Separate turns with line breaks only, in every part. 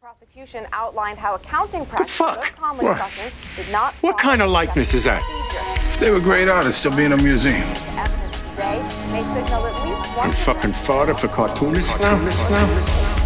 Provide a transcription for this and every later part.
prosecution outlined how accounting practices
fuck?
of Conley
What?
Sutton did not
What
follow
kind of
the
likeness is that?
procedure.
They were great artists, they'll be in a museum.
Evidence today may signal at least one
I'm fucking fodder for cartoonists now.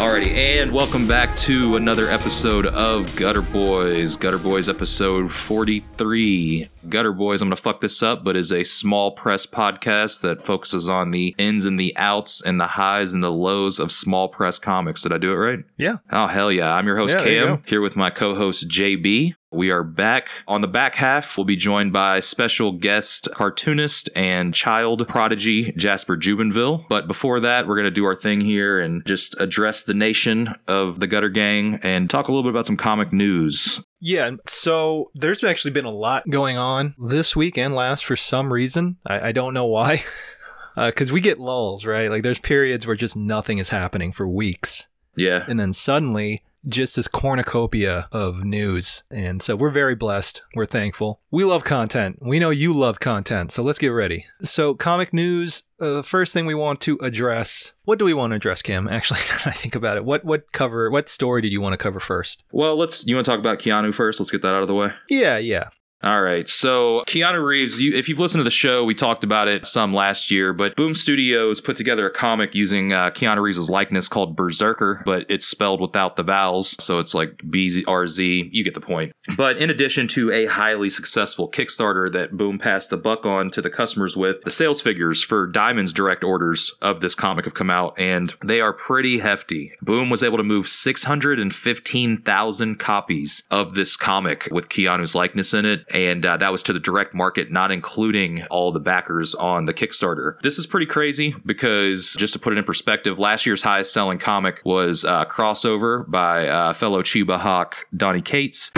Alrighty, and welcome back to another episode of Gutter Boys. Gutter Boys episode 43. Gutter Boys, I'm gonna fuck this up, but is a small press podcast that focuses on the ins and the outs and the highs and the lows of small press comics. Did I do it right?
Yeah.
Oh hell yeah. I'm your host
Yeah, there you
Cam,
go.
here with my co-host JB. We are back on the back half. We'll be joined by special guest cartoonist and child prodigy Jasper Jubinville. But before that, we're going to do our thing here and just address the nation of the Gutter Gang and talk a little bit about some comic news.
Yeah, so there's actually been a lot going on this week and last for some reason. I, I don't know why. Because we get lulls, right? Like there's periods where just nothing is happening for weeks.
Yeah.
And then suddenly, just this cornucopia of news. And so we're very blessed. We're thankful. We love content. We know you love content. So let's get ready. So, comic news uh, the first thing we want to address. What do we want to address, Kim? Actually, now that I think about it, what, what cover, what story did you want to cover first?
Well, let's. You want to talk about Keanu first? Let's get that out of the way.
Yeah, yeah.
All right. So Keanu Reeves, you, if you've listened to the show, we talked about it some last year, but Boom Studios put together a comic using uh, Keanu Reeves' likeness called Berserker, but it's spelled without the vowels. So it's like BRZ. You get the point. But in addition to a highly successful Kickstarter that Boom passed the buck on to the customers with, the sales figures for Diamond's direct orders of this comic have come out and they are pretty hefty. Boom was able to move 615,000 copies of this comic with Keanu's likeness in it. And uh, that was to the direct market, not including all the backers on the Kickstarter. This is pretty crazy because, just to put it in perspective, last year's highest selling comic was uh, Crossover by uh, fellow Chiba Hawk Donnie Cates.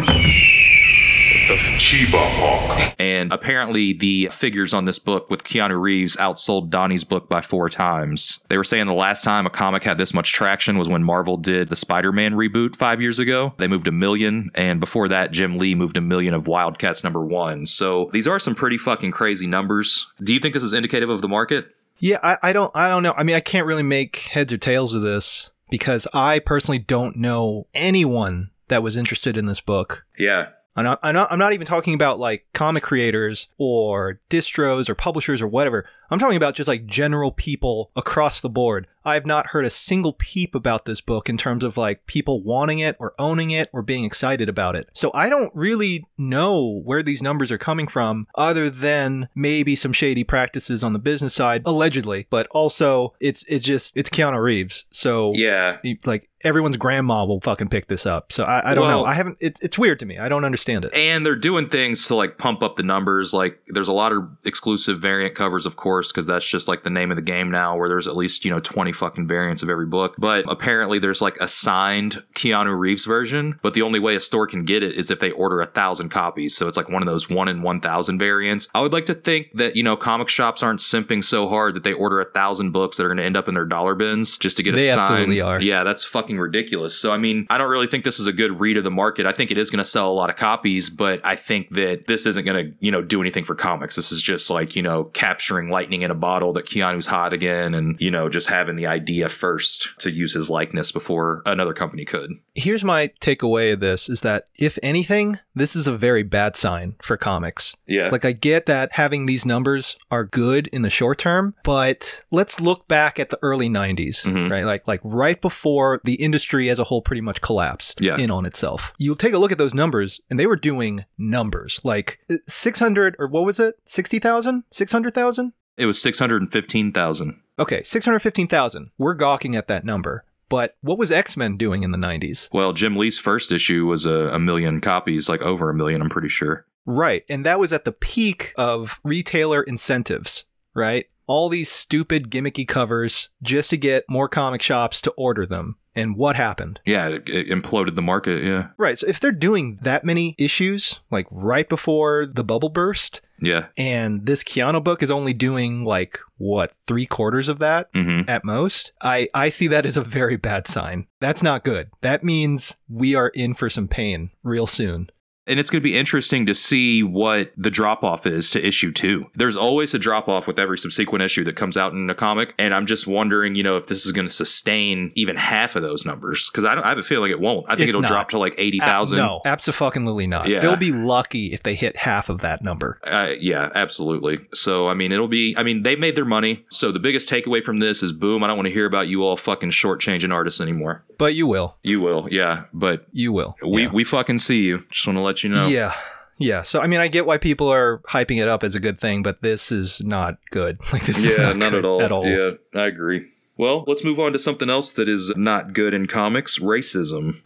The Chiba Hawk.
And apparently, the figures on this book with Keanu Reeves outsold Donnie's book by four times. They were saying the last time a comic had this much traction was when Marvel did the Spider Man reboot five years ago. They moved a million, and before that, Jim Lee moved a million of Wildcats number one. So these are some pretty fucking crazy numbers. Do you think this is indicative of the market?
Yeah, I, I don't I don't know. I mean, I can't really make heads or tails of this because I personally don't know anyone that was interested in this book.
Yeah.
I'm not, I'm, not, I'm not even talking about like comic creators or distros or publishers or whatever. I'm talking about just like general people across the board. I've not heard a single peep about this book in terms of like people wanting it or owning it or being excited about it. So I don't really know where these numbers are coming from other than maybe some shady practices on the business side, allegedly, but also it's, it's just, it's Keanu Reeves. So
Yeah.
you- like everyone's grandma will fucking pick this up. So I, I don't know.
Well-
I haven't. It's it's weird to me. I don't understand it.
And they're doing things to like pump up the numbers. Like there's a lot of exclusive variant covers, of course, because that's just like the name of the game now, where there's at least, you know, 20 fucking variants of every book. But apparently there's like a signed Keanu Reeves version, but the only way a store can get it is if they order a thousand copies. So it's like one of those one in 1,000 variants. I would like to think that, you know, comic shops aren't simping so hard that they order a thousand books that are going to end up in their dollar bins just to get
They
a sign.
absolutely are.
Yeah, that's fucking ridiculous. So, I mean, I don't really think this is a good read of the market. I think it is going to sell a lot of copies, but I think that this isn't going to, you know, do anything for comics. This is just like, you know, capturing lightning in a bottle that Keanu's hot again and, you know, just having the idea first to use his likeness before another company could.
Here's my takeaway of this: is that if anything, this is a very bad sign for comics.
Yeah.
Like I get that having these numbers are good in the short term, but let's look back at the early 90s,
Mhm.
right? Like like right before the industry as a whole pretty much collapsed
Yeah.
in on itself. You'll take a look at those numbers and they were doing numbers like uh, 600 or what was it? 60,000? 600,000?
It was 615,000.
Okay, 615,000. We're gawking at that number. But what was X Men doing in the 90s?
Well, Jim Lee's first issue was a, a million copies, like over a million, I'm pretty sure.
Right. And that was at the peak of retailer incentives, right? All these stupid gimmicky covers just to get more comic shops to order them. And what happened?
Yeah, it, it imploded the market. Yeah.
Right. So if they're doing that many issues, like right before the bubble burst,
Yeah.
and this Keanu book is only doing like what three quarters of that
Mm-hmm.
at most. I I see that as a very bad sign. That's not good. That means we are in for some pain real soon.
And it's going to be interesting to see what the drop off is to issue two. There's always a drop off with every subsequent issue that comes out in a comic. And I'm just wondering, you know, if this is going to sustain even half of those numbers. Cause I, don't, I have a feeling it won't. I think
It's
it'll
not. Uh,
drop to like 80,000.
No, absolutely not.
Yeah.
They'll be lucky if they hit half of that number.
Uh, yeah, absolutely. So, I mean, it'll be, I mean, they made their money. So, the biggest takeaway from this is boom, I don't want to hear about you all fucking shortchanging artists anymore.
But you will.
You will, yeah. But
You will.
we,
yeah.
we fucking see you. Just want to let you know.
Yeah. Yeah. So I mean, I get why people are hyping it up as a good thing, but this is not good. Like this is
Yeah,
not,
not,
good
at all.
At all.
Yeah, I agree. Well, let's move on to something else that is not good in comics racism.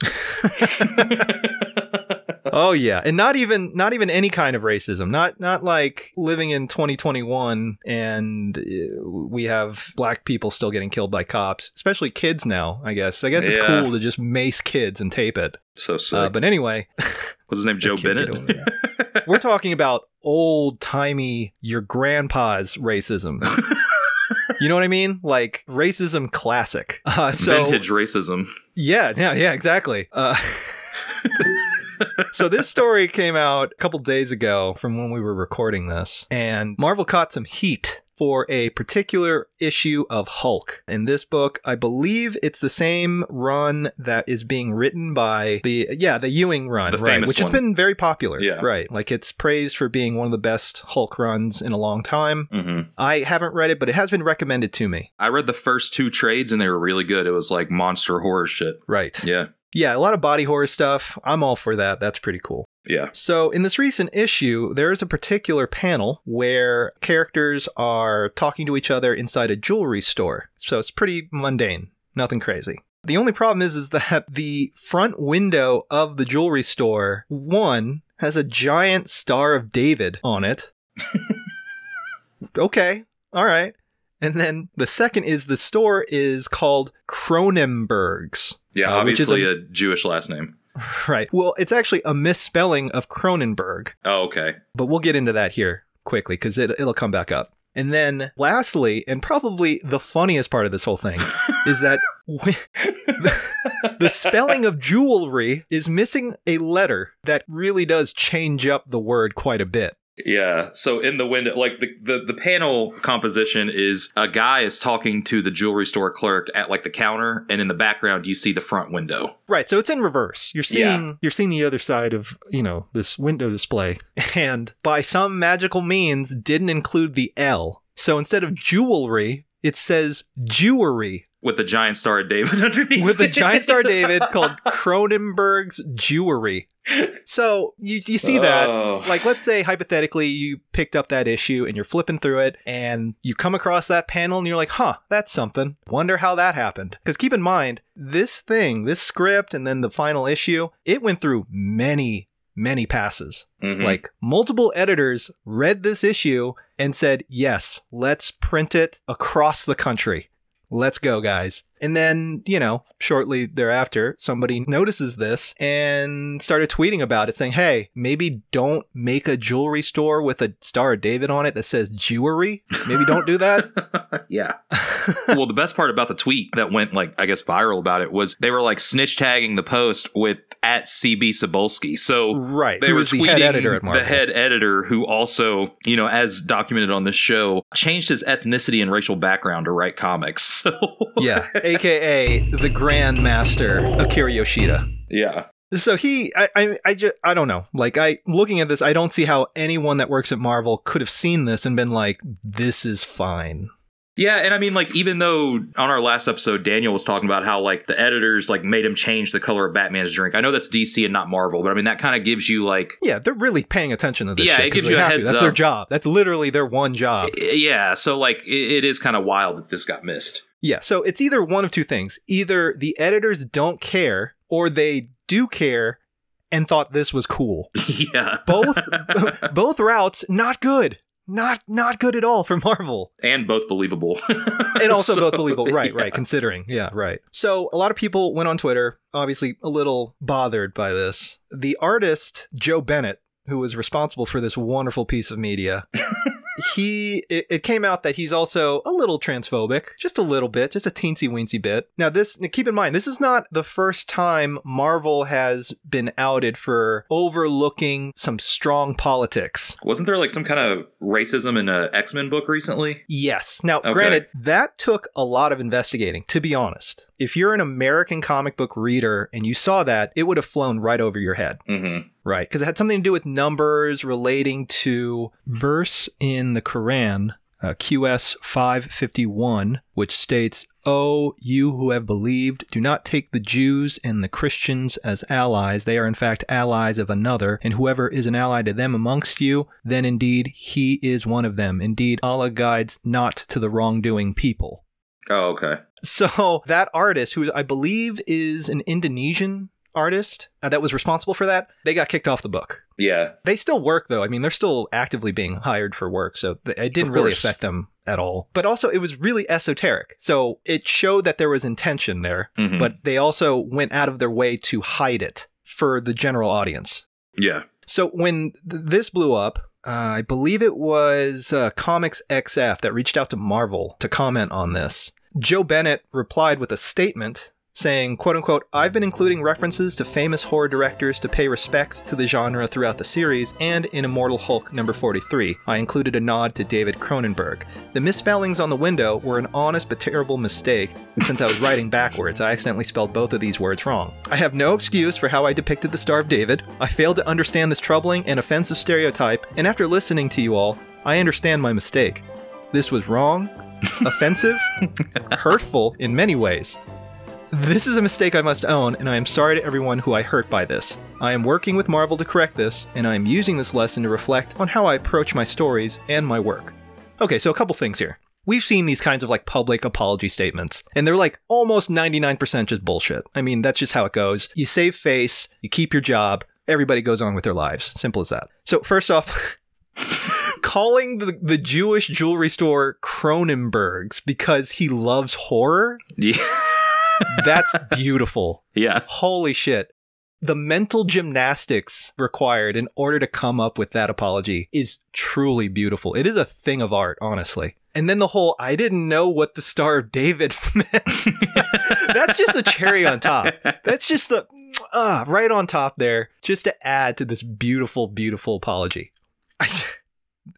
Oh yeah, and not even not even any kind of racism. Not not like living in 2021 and uh, we have black people still getting killed by cops, especially kids now. I guess I guess it's
Yeah.
cool to just mace kids and tape it.
So sick.
Uh, but anyway,
What's his name? Joe
Kid
Bennett?
get over it. We're talking about old timey your grandpa's racism. You know what I mean? Like racism classic. Uh, so,
Vintage racism.
yeah, yeah, yeah, exactly. Uh, so this story came out a couple days ago from when we were recording this, and Marvel caught some heat for a particular issue of Hulk. In this book, I believe it's the same run that is being written by the yeah, the Ewing run,
The
right,
famous
which
one.
has been very popular,
Yeah.
right? Like it's praised for being one of the best Hulk runs in a long time.
hmm
I haven't read it, but it has been recommended to me.
I read the first two trades and they were really good. It was like monster horror shit.
Right.
Yeah.
Yeah, a lot of body horror stuff. I'm all for that. That's pretty cool.
Yeah.
So, in this recent issue, there is a particular panel where characters are talking to each other inside a jewelry store. So, it's pretty mundane, nothing crazy. The only problem is is that the front window of the jewelry store, one has a giant star of David on it. okay. All right. And then the second is the store is called Cronenberg's.
Yeah.
Uh, which is
obviously a-, Jewish last name.
Right. Well, it's actually a misspelling of Cronenberg,
Oh, okay.
but we'll get into that here quickly because it, it'll come back up. And then, lastly, and probably the funniest part of this whole thing is that w- the, the spelling of jewelry is missing a letter that really does change up the word quite a bit.
Yeah. So in the window, like the, the, the panel composition is a guy is talking to the jewelry store clerk at like the counter, and in the background, you see the front window.
Right, so it's in reverse. You're
Yeah.
seeing you're seeing the other side of, you know, this window display. And by some magical means didn't include the L. So instead of jewelry, it says jewelry
with the giant star of David underneath.
with a
it.
giant star David called Cronenberg's jewelry. So you you see that
Oh.
like let's say hypothetically you picked up that issue and you're flipping through it and you come across that panel and you're like huh that's something wonder how that happened because keep in mind this thing this script and then the final issue it went through many many passes
Mhm.
like multiple editors read this issue and said yes let's print it across the country Let's go, guys. And then, you know, shortly thereafter, somebody notices this and started tweeting about it saying, hey, maybe don't make a jewelry store with a Star of David on it that says jewelry. Maybe don't do that.
yeah. well, the best part about the tweet that went like I guess viral about it was they were like snitch tagging the post with at CB Sobolski. So
right.
they
Who
were
was
tweeting
the head editor at Marvel.
the head editor who also, you know, as documented on this show, changed his ethnicity and racial background to write comics. So
yeah. AKA the Grand Master Akira Yoshida.
yeah.
So he, I, I, I just, I don't know. Like, I, looking at this, I don't see how anyone that works at Marvel could have seen this and been like, this is fine.
Yeah, and I mean, like, even though on our last episode, Daniel was talking about how like the editors like made him change the color of Batman's drink. I know that's DC and not Marvel, but I mean that kind of gives you like,
Yeah, they're really paying attention to this.
Yeah,
shit
it
'cause
gives
they
you a
have to.
heads
That's their
up.
job. That's literally their one job.
yeah. So like, it, it is kind of wild that this got missed.
Yeah, so it's either one of two things. Either the editors don't care or they do care and thought this was cool.
yeah,
Both both routes not good. Not not good at all for Marvel.
and both believable,
And also
So,
both believable. Right,
yeah.
right, considering. Yeah, right. So a lot of people went on Twitter, obviously a little bothered by this. The artist Joe Bennett, who was responsible for this wonderful piece of media, he it, it came out that he's also a little transphobic just a little bit just a teensy weensy bit now this now keep in mind this is not the first time marvel has been outed for overlooking some strong politics
Wasn't there like some kind of racism in a X Men book recently?
Yes. Now,
Okay.
granted, that took a lot of investigating, to be honest. If you're an American comic book reader and you saw that, it would have flown right over your head.
Mm-hmm.
Right. Because it had something to do with numbers relating to verse in the Quran, uh, QS 551, which states, Oh, you who have believed, do not take the Jews and the Christians as allies. They are in fact allies of another, and whoever is an ally to them amongst you, then indeed he is one of them. Indeed, Allah guides not to the wrongdoing people.
Oh, okay.
So that artist, who I believe is an Indonesian artist uh, that was responsible for that, they got kicked off the book.
Yeah,
They still work though. I mean, they're still actively being hired for work, so th- it didn't
Of
really
course.
affect them at all. But also, it was really esoteric, so it showed that there was intention there.
Mhm.
But they also went out of their way to hide it for the general audience.
yeah.
So when th- this blew up, uh, I believe it was uh, Comics XF that reached out to Marvel to comment on this. Joe Bennett replied with a statement saying, quote unquote, I've been including references to famous horror directors to pay respects to the genre throughout the series and in Immortal Hulk number 43. I included a nod to David Cronenberg. The misspellings on the window were an honest but terrible mistake since I was writing backwards. I accidentally spelled both of these words wrong. I have no excuse for how I depicted the Star of David. I failed to understand this troubling and offensive stereotype, and after listening to you all, I understand my mistake. This was wrong, offensive, hurtful in many ways. This is a mistake I must own, and I am sorry to everyone who I hurt by this. I am working with Marvel to correct this, and I am using this lesson to reflect on how I approach my stories and my work. Okay, so a couple things here. We've seen these kinds of like public apology statements, and they're like almost 99% just bullshit. I mean, that's just how it goes. You save face, you keep your job, everybody goes on with their lives. Simple as that. So, first off, calling the, the Jewish jewelry store Cronenberg's because he loves horror,
Yeah.
that's beautiful.
Yeah.
Holy shit. The mental gymnastics required in order to come up with that apology is truly beautiful. It is a thing of art, honestly. And then the whole I didn't know what the Star of David meant. That's just a cherry on top. That's just a ah, right on top there, just to add to this beautiful, beautiful apology. I just-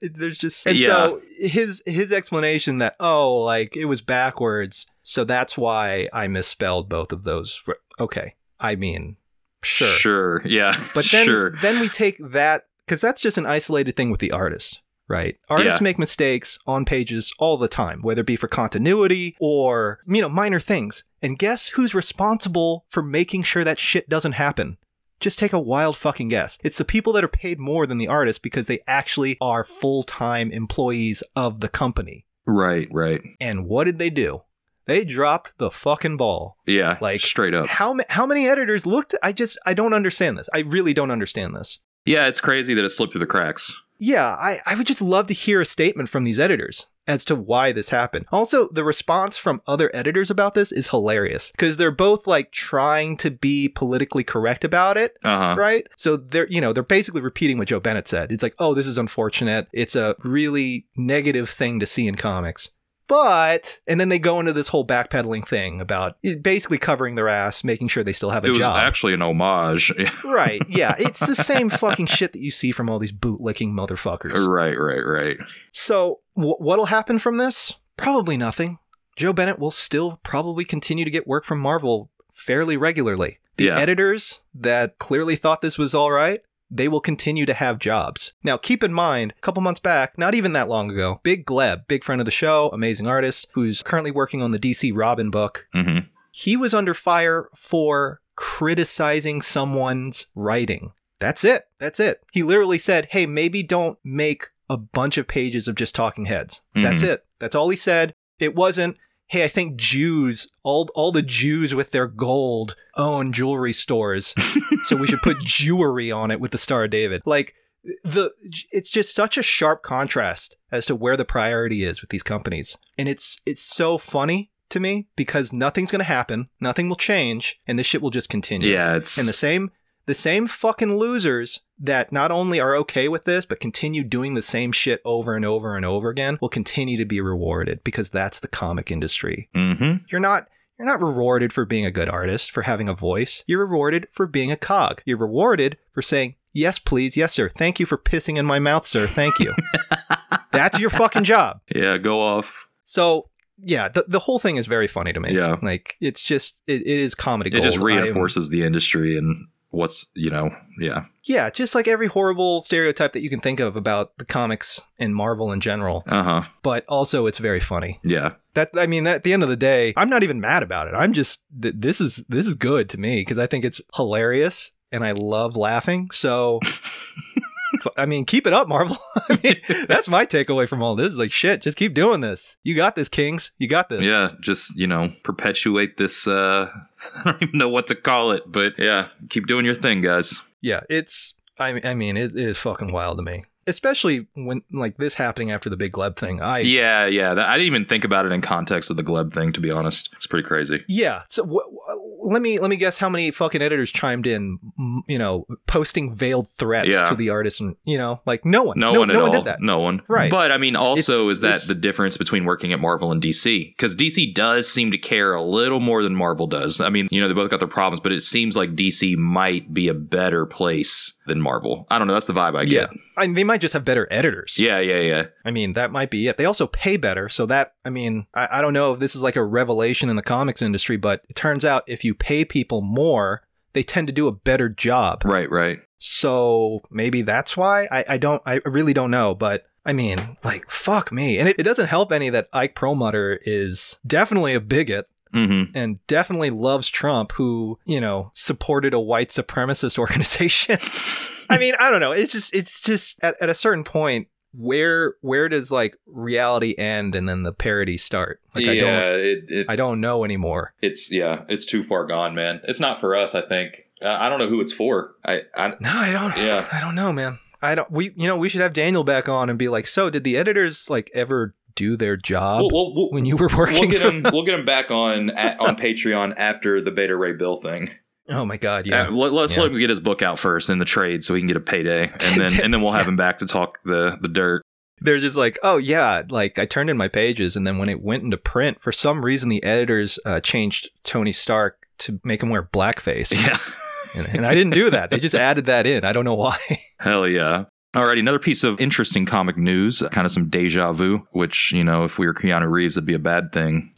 it- there's just and so his his explanation that oh like it was backwards so that's why I misspelled both of those okay I mean sure
Sure. Yeah.
but then
sure.
then we take that because that's just an isolated thing with the artist, right? Artists
Yeah.
make mistakes on pages all the time, whether it be for continuity or you know minor things. And guess who's responsible for making sure that shit doesn't happen? Just take a wild fucking guess. It's the people that are paid more than the artists because they actually are full time employees of the company.
Right. Right.
And what did they do? They dropped the fucking ball.
Yeah.
Like,
Like straight up.
How ma- how many editors looked? I just I don't understand this. I really don't understand this.
Yeah, it's crazy that it slipped through the cracks.
Yeah, I, I would just love to hear a statement from these editors as to why this happened. Also, the response from other editors about this is hilarious because they're both like trying to be politically correct about it.
Uh huh.
Right? So they're, you know, they're basically repeating what Joe Bennett said. It's like, oh, this is unfortunate. It's a really negative thing to see in comics. But, and then they go into this whole backpedaling thing about basically covering their ass, making sure they still have a
It was
job.
actually an homage.
right. Yeah. It's the same fucking shit that you see from all these bootlicking motherfuckers.
right. Right. Right.
So, w- what'll happen from this? Probably nothing. Joe Bennett will still probably continue to get work from Marvel fairly regularly. The
Yeah.
editors that clearly thought this was all right, they will continue to have jobs. Now, keep in mind, a couple months back, not even that long ago, Big Gleb, big friend of the show, amazing artist, who's currently working on the DC Robin book,
hmm
he was under fire for criticizing someone's writing. That's it. That's it. He literally said, hey, maybe don't make a bunch of pages of just talking heads. That's it. That's all he said. It wasn't, hey, I think Jews, all, all the Jews with their gold own jewelry stores. so we should put Jewry on it with the Star of David. Like, the it's just such a sharp contrast as to where the priority is with these companies and it's it's so funny to me because nothing's going to happen nothing will change and this shit will just continue
Yeah, it's
and the same the same fucking losers that not only are okay with this but continue doing the same shit over and over and over again will continue to be rewarded because that's the comic industry
hmm
you're not you're not rewarded for being a good artist, for having a voice. You're rewarded for being a cog. You're rewarded for saying, "Yes, please. Yes, sir. Thank you for pissing in my mouth, sir. Thank you." That's your fucking job.
yeah. Go off.
So, yeah, the, the whole thing is very funny to me.
Yeah.
Like it's just it, it is comedy
It
gold.
just
I am-
reinforces the industry and what's you know yeah
yeah, just like every horrible stereotype that you can think of about the comics and Marvel in general,
uh huh
but also it's very funny.
yeah
That I mean, at the end of the day, I'm not even mad about it. I'm just th- this is this is good to me because I think it's hilarious and I love laughing. So, f- I mean, keep it up, Marvel. I mean, that's my takeaway from all this. Like, shit, just keep doing this. You got this, Kings. You got this.
yeah just you know perpetuate this uh i don't even know what to call it but yeah keep doing your thing guys
yeah. It's I mean- I mean, it, it is fucking wild to me, especially when like this happening after the Big Gleb thing. I
yeah yeah that, i didn't even think about it in context of the gleb thing to be honest it's pretty crazy
Yeah. So wh- wh- let me let me guess how many fucking editors chimed in, m- you know, posting veiled threats
Yeah.
to the artist, and you know, like no one,
no, one at
no
all
one did that.
no one
Right.
but i mean also
It's-
is that
it's-
the difference between working at marvel and dc because dc does seem to care a little more than marvel does i mean you know they both got their problems but it seems like dc might be a better place than marvel i don't know that's the vibe i
Yeah.
get
I mean, they might just have better editors.
yeah yeah yeah
I mean, that might be it. They also pay better. So that, I mean, I, I don't know if this is like a revelation in the comics industry, but it turns out if you pay people more, they tend to do a better job.
right right
So maybe that's why. I, I don't, I really don't know, but I mean, like, fuck me. And it, it doesn't help any that Ike Perlmutter is definitely a bigot.
hmm
and definitely loves Trump, who you know supported a white supremacist organization. I mean, I don't know. It's just, it's just at, at a certain point, where where does like reality end and then the parody start? Like, I don't,
it, it,
I don't know anymore.
it's yeah, it's too far gone, man. It's not for us. I think uh, I don't know who it's for. I, I
No, I don't.
Yeah.
I don't know, man. I don't. We, you know, we should have Daniel back on and be like, so did the editors like ever do their job
we'll, we'll, we'll,
when you were
we'll
working?
get
for
him.
them?
We'll get him back on at, on Patreon after the Beta Ray Bill thing.
Oh my god, yeah.
Yeah, Uh, let, us
Yeah.
let him get his book out first in the trade, so he can get a payday, and then and then we'll have him back to talk the the dirt.
they're just like, oh yeah, like I turned in my pages, and then when it went into print, for some reason the editors uh, changed Tony Stark to make him wear blackface,
Yeah,
and, and I didn't do that. They just added that in. I don't know why.
hell yeah. Alrighty, another piece of interesting comic news, kind of some deja vu, which, you know, if we were Keanu Reeves, it'd be a bad thing.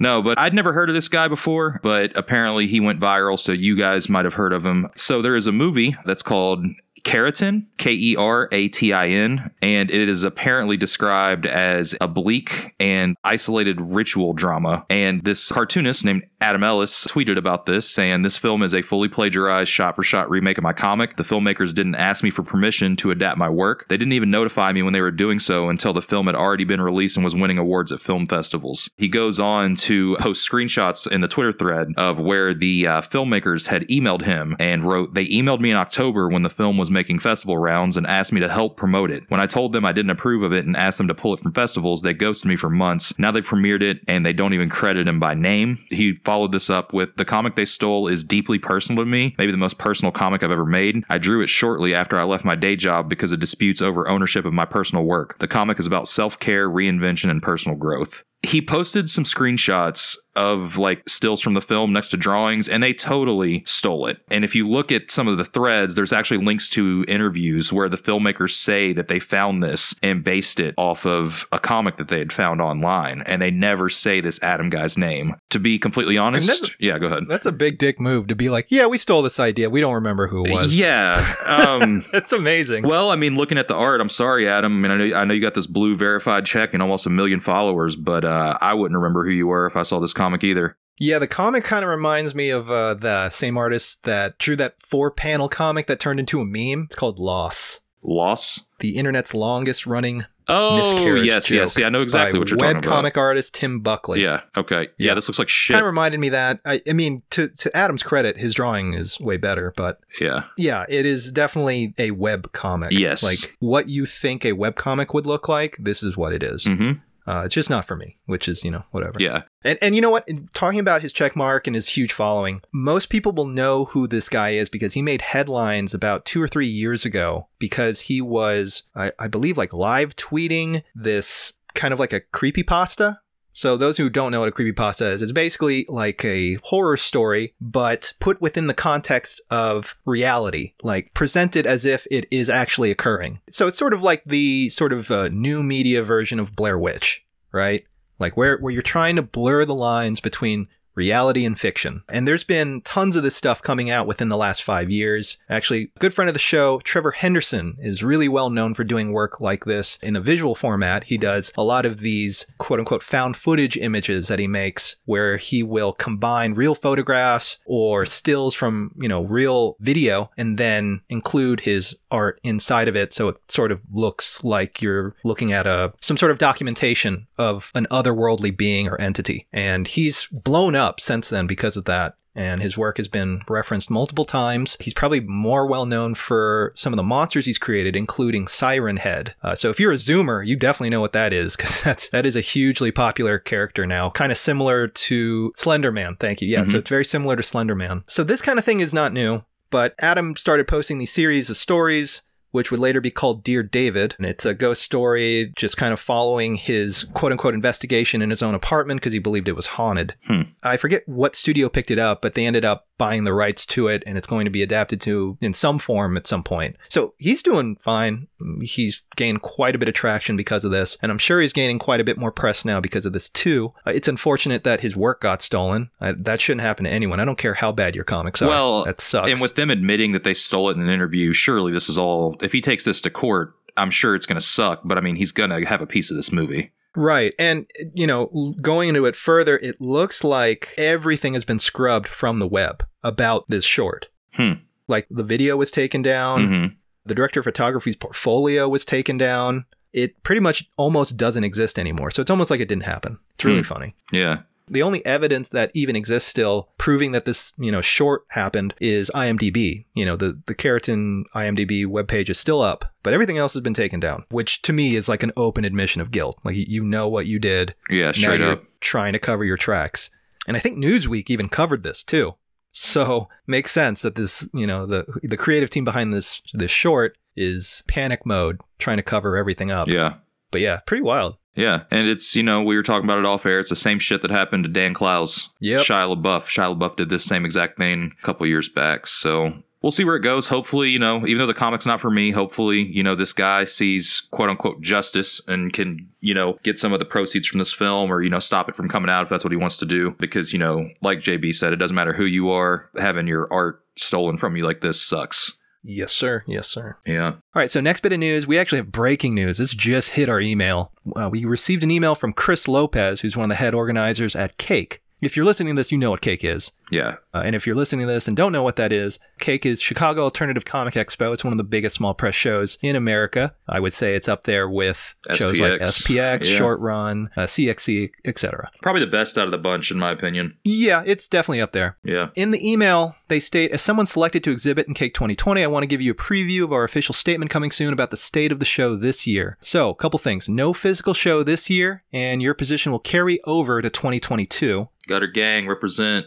No, but I'd never heard of this guy before, but apparently he went viral, so you guys might have heard of him. So there is a movie that's called Keratin, K E R A T I N, and it is apparently described as a bleak and isolated ritual drama. And this cartoonist named Adam Ellis tweeted about this, saying, This film is a fully plagiarized shot for shot remake of my comic. The filmmakers didn't ask me for permission to adapt my work. They didn't even notify me when they were doing so until the film had already been released and was winning awards at film festivals. He goes on to post screenshots in the Twitter thread of where the uh, filmmakers had emailed him and wrote, They emailed me in October when the film was making festival rounds and asked me to help promote it. When I told them I didn't approve of it and asked them to pull it from festivals, they ghosted me for months. Now they've premiered it and they don't even credit him by name. He followed this up with, The comic they stole is deeply personal to me, maybe the most personal comic I've ever made. I drew it shortly after I left my day job because of disputes over ownership of my personal work. The comic is about self care, reinvention, and personal growth. he posted some screenshots of like stills from the film next to drawings and they totally stole it. And if you look at some of the threads, there's actually links to interviews where the filmmakers say that they found this and based it off of a comic that they had found online and they never say this Adam guy's name. To be completely honest,
that's-
yeah, go ahead.
That's a big dick move to be like, yeah, we stole this idea. We don't remember who it was.
Yeah. Um
That's amazing.
Well, I mean, looking at the art, I'm sorry, Adam. I mean, I know, I know you got this blue verified check and almost a million followers, but uh, I wouldn't remember who you were if I saw this comic either.
Yeah, the comic kind of reminds me of uh, the same artist that drew that four panel comic that turned into a meme. It's called Loss,
Loss.
the internet's longest running
Oh,
miscarriage.
yes, yes.
joke
Yeah, I know exactly
by
what you're
web
talking about.
comic artist Tim Buckley.
Yeah. Okay. Yeah,
Yeah.
This looks like shit.
Kind of reminded me that. I, I mean, to, to Adam's credit, his drawing is way better, but
yeah.
yeah, it is definitely a web comic.
Yes.
Like what you think a web comic would look like, this is what it is.
Mm-hmm.
Uh, it's just not for me, which is, you know, whatever.
Yeah.
And and you know what? In Talking about his check mark and his huge following, most people will know who this guy is because he made headlines about two or three years ago because he was, I, I believe, like live tweeting this kind of like a creepy pasta. So those who don't know what a creepypasta is, it's basically like a horror story, but put within the context of reality, like presented as if it is actually occurring. So it's sort of like the sort of uh, new media version of Blair Witch, right? like where where you're trying to blur the lines between reality and fiction. And there's been tons of this stuff coming out within the last 5 years. Actually, a good friend of the show, Trevor Henderson, is really well known for doing work like this in a visual format. He does a lot of these quote-unquote found footage images that he makes where he will combine real photographs or stills from, you know, real video and then include his art inside of it so it sort of looks like you're looking at a some sort of documentation of an otherworldly being or entity and he's blown up since then because of that and his work has been referenced multiple times. He's probably more well known for some of the monsters he's created, including Siren Head. Uh, so if you're a Zoomer, you definitely know what that is because that's that is a hugely popular character now, kind of similar to Slender Man. Thank you. Yeah, so it's very similar to Slender Man. So this kind of thing is not new. But Adam started posting these series of stories which would later be called Dear David. And it's a ghost story just kind of following his quote unquote investigation in his own apartment because he believed it was haunted. I forget what studio picked it up, but they ended up buying the rights to it and it's going to be adapted to in some form at some point. So he's doing fine. He's gained quite a bit of traction because of this. And I'm sure he's gaining quite a bit more press now because of this too. Uh, it's unfortunate that his work got stolen. I, that shouldn't happen to anyone. I don't care how bad your comics are.
well,
that sucks.
And with them admitting that they stole it in an interview, surely this is all. If he takes this to court, I'm sure it's going to suck. But I mean, he's going to have a piece of this movie.
Right. And, you know, l- going into it further, it looks like everything has been scrubbed from the web about this short.
Hmm.
Like the video was taken down,
Mhm.
the director of photography's portfolio was taken down. It pretty much almost doesn't exist anymore. So it's almost like it didn't happen. It's really
Hmm.
funny.
Yeah.
The only evidence that even exists still proving that this, you know, short happened is IMDb. You know, the the Keratin IMDb webpage is still up, but everything else has been taken down, which to me is like an open admission of guilt. Like you- you know what you did,
Yeah. Straight
now you're
up.
trying to cover your tracks. And I think Newsweek even covered this too. So makes sense that this, you know, the the creative team behind this this short is panic mode, trying to cover everything up.
Yeah.
But yeah, pretty wild.
Yeah, and it's you know we were talking about it off air. It's the same shit that happened to Dan Clowes.
Yep.
Shia LaBeouf. Shia LaBeouf did this same exact thing a couple years back. So we'll see where it goes. Hopefully, you know, even though the comic's not for me, hopefully, you know, this guy sees quote unquote justice and can you know get some of the proceeds from this film or you know stop it from coming out if that's what he wants to do. Because you know, like JB said, it doesn't matter who you are, having your art stolen from you like this sucks.
Yes, sir. Yes, sir.
Yeah.
All right, so next bit of news, we actually have breaking news. This just hit our email. Uh, we received an email from Chris Lopez, who's one of the head organizers at Cake. If you're listening to this, you know what Cake is.
Yeah.
Uh, and if you're listening to this and don't know what that is, Cake is Chicago Alternative Comic Expo. It's one of the biggest small press shows in America. I would say it's up there with shows like
SPX,
SPX,
yeah.
Short Run, uh, CXC, etc.
Probably the best out of the bunch in my opinion.
Yeah, it's definitely up there.
Yeah.
In the email, they state As someone selected to exhibit in Cake 2020, I want to give you a preview of our official statement coming soon about the state of the show this year. So, a couple things. No physical show this year, and your position will carry over to 2022.
Gutter gang represent.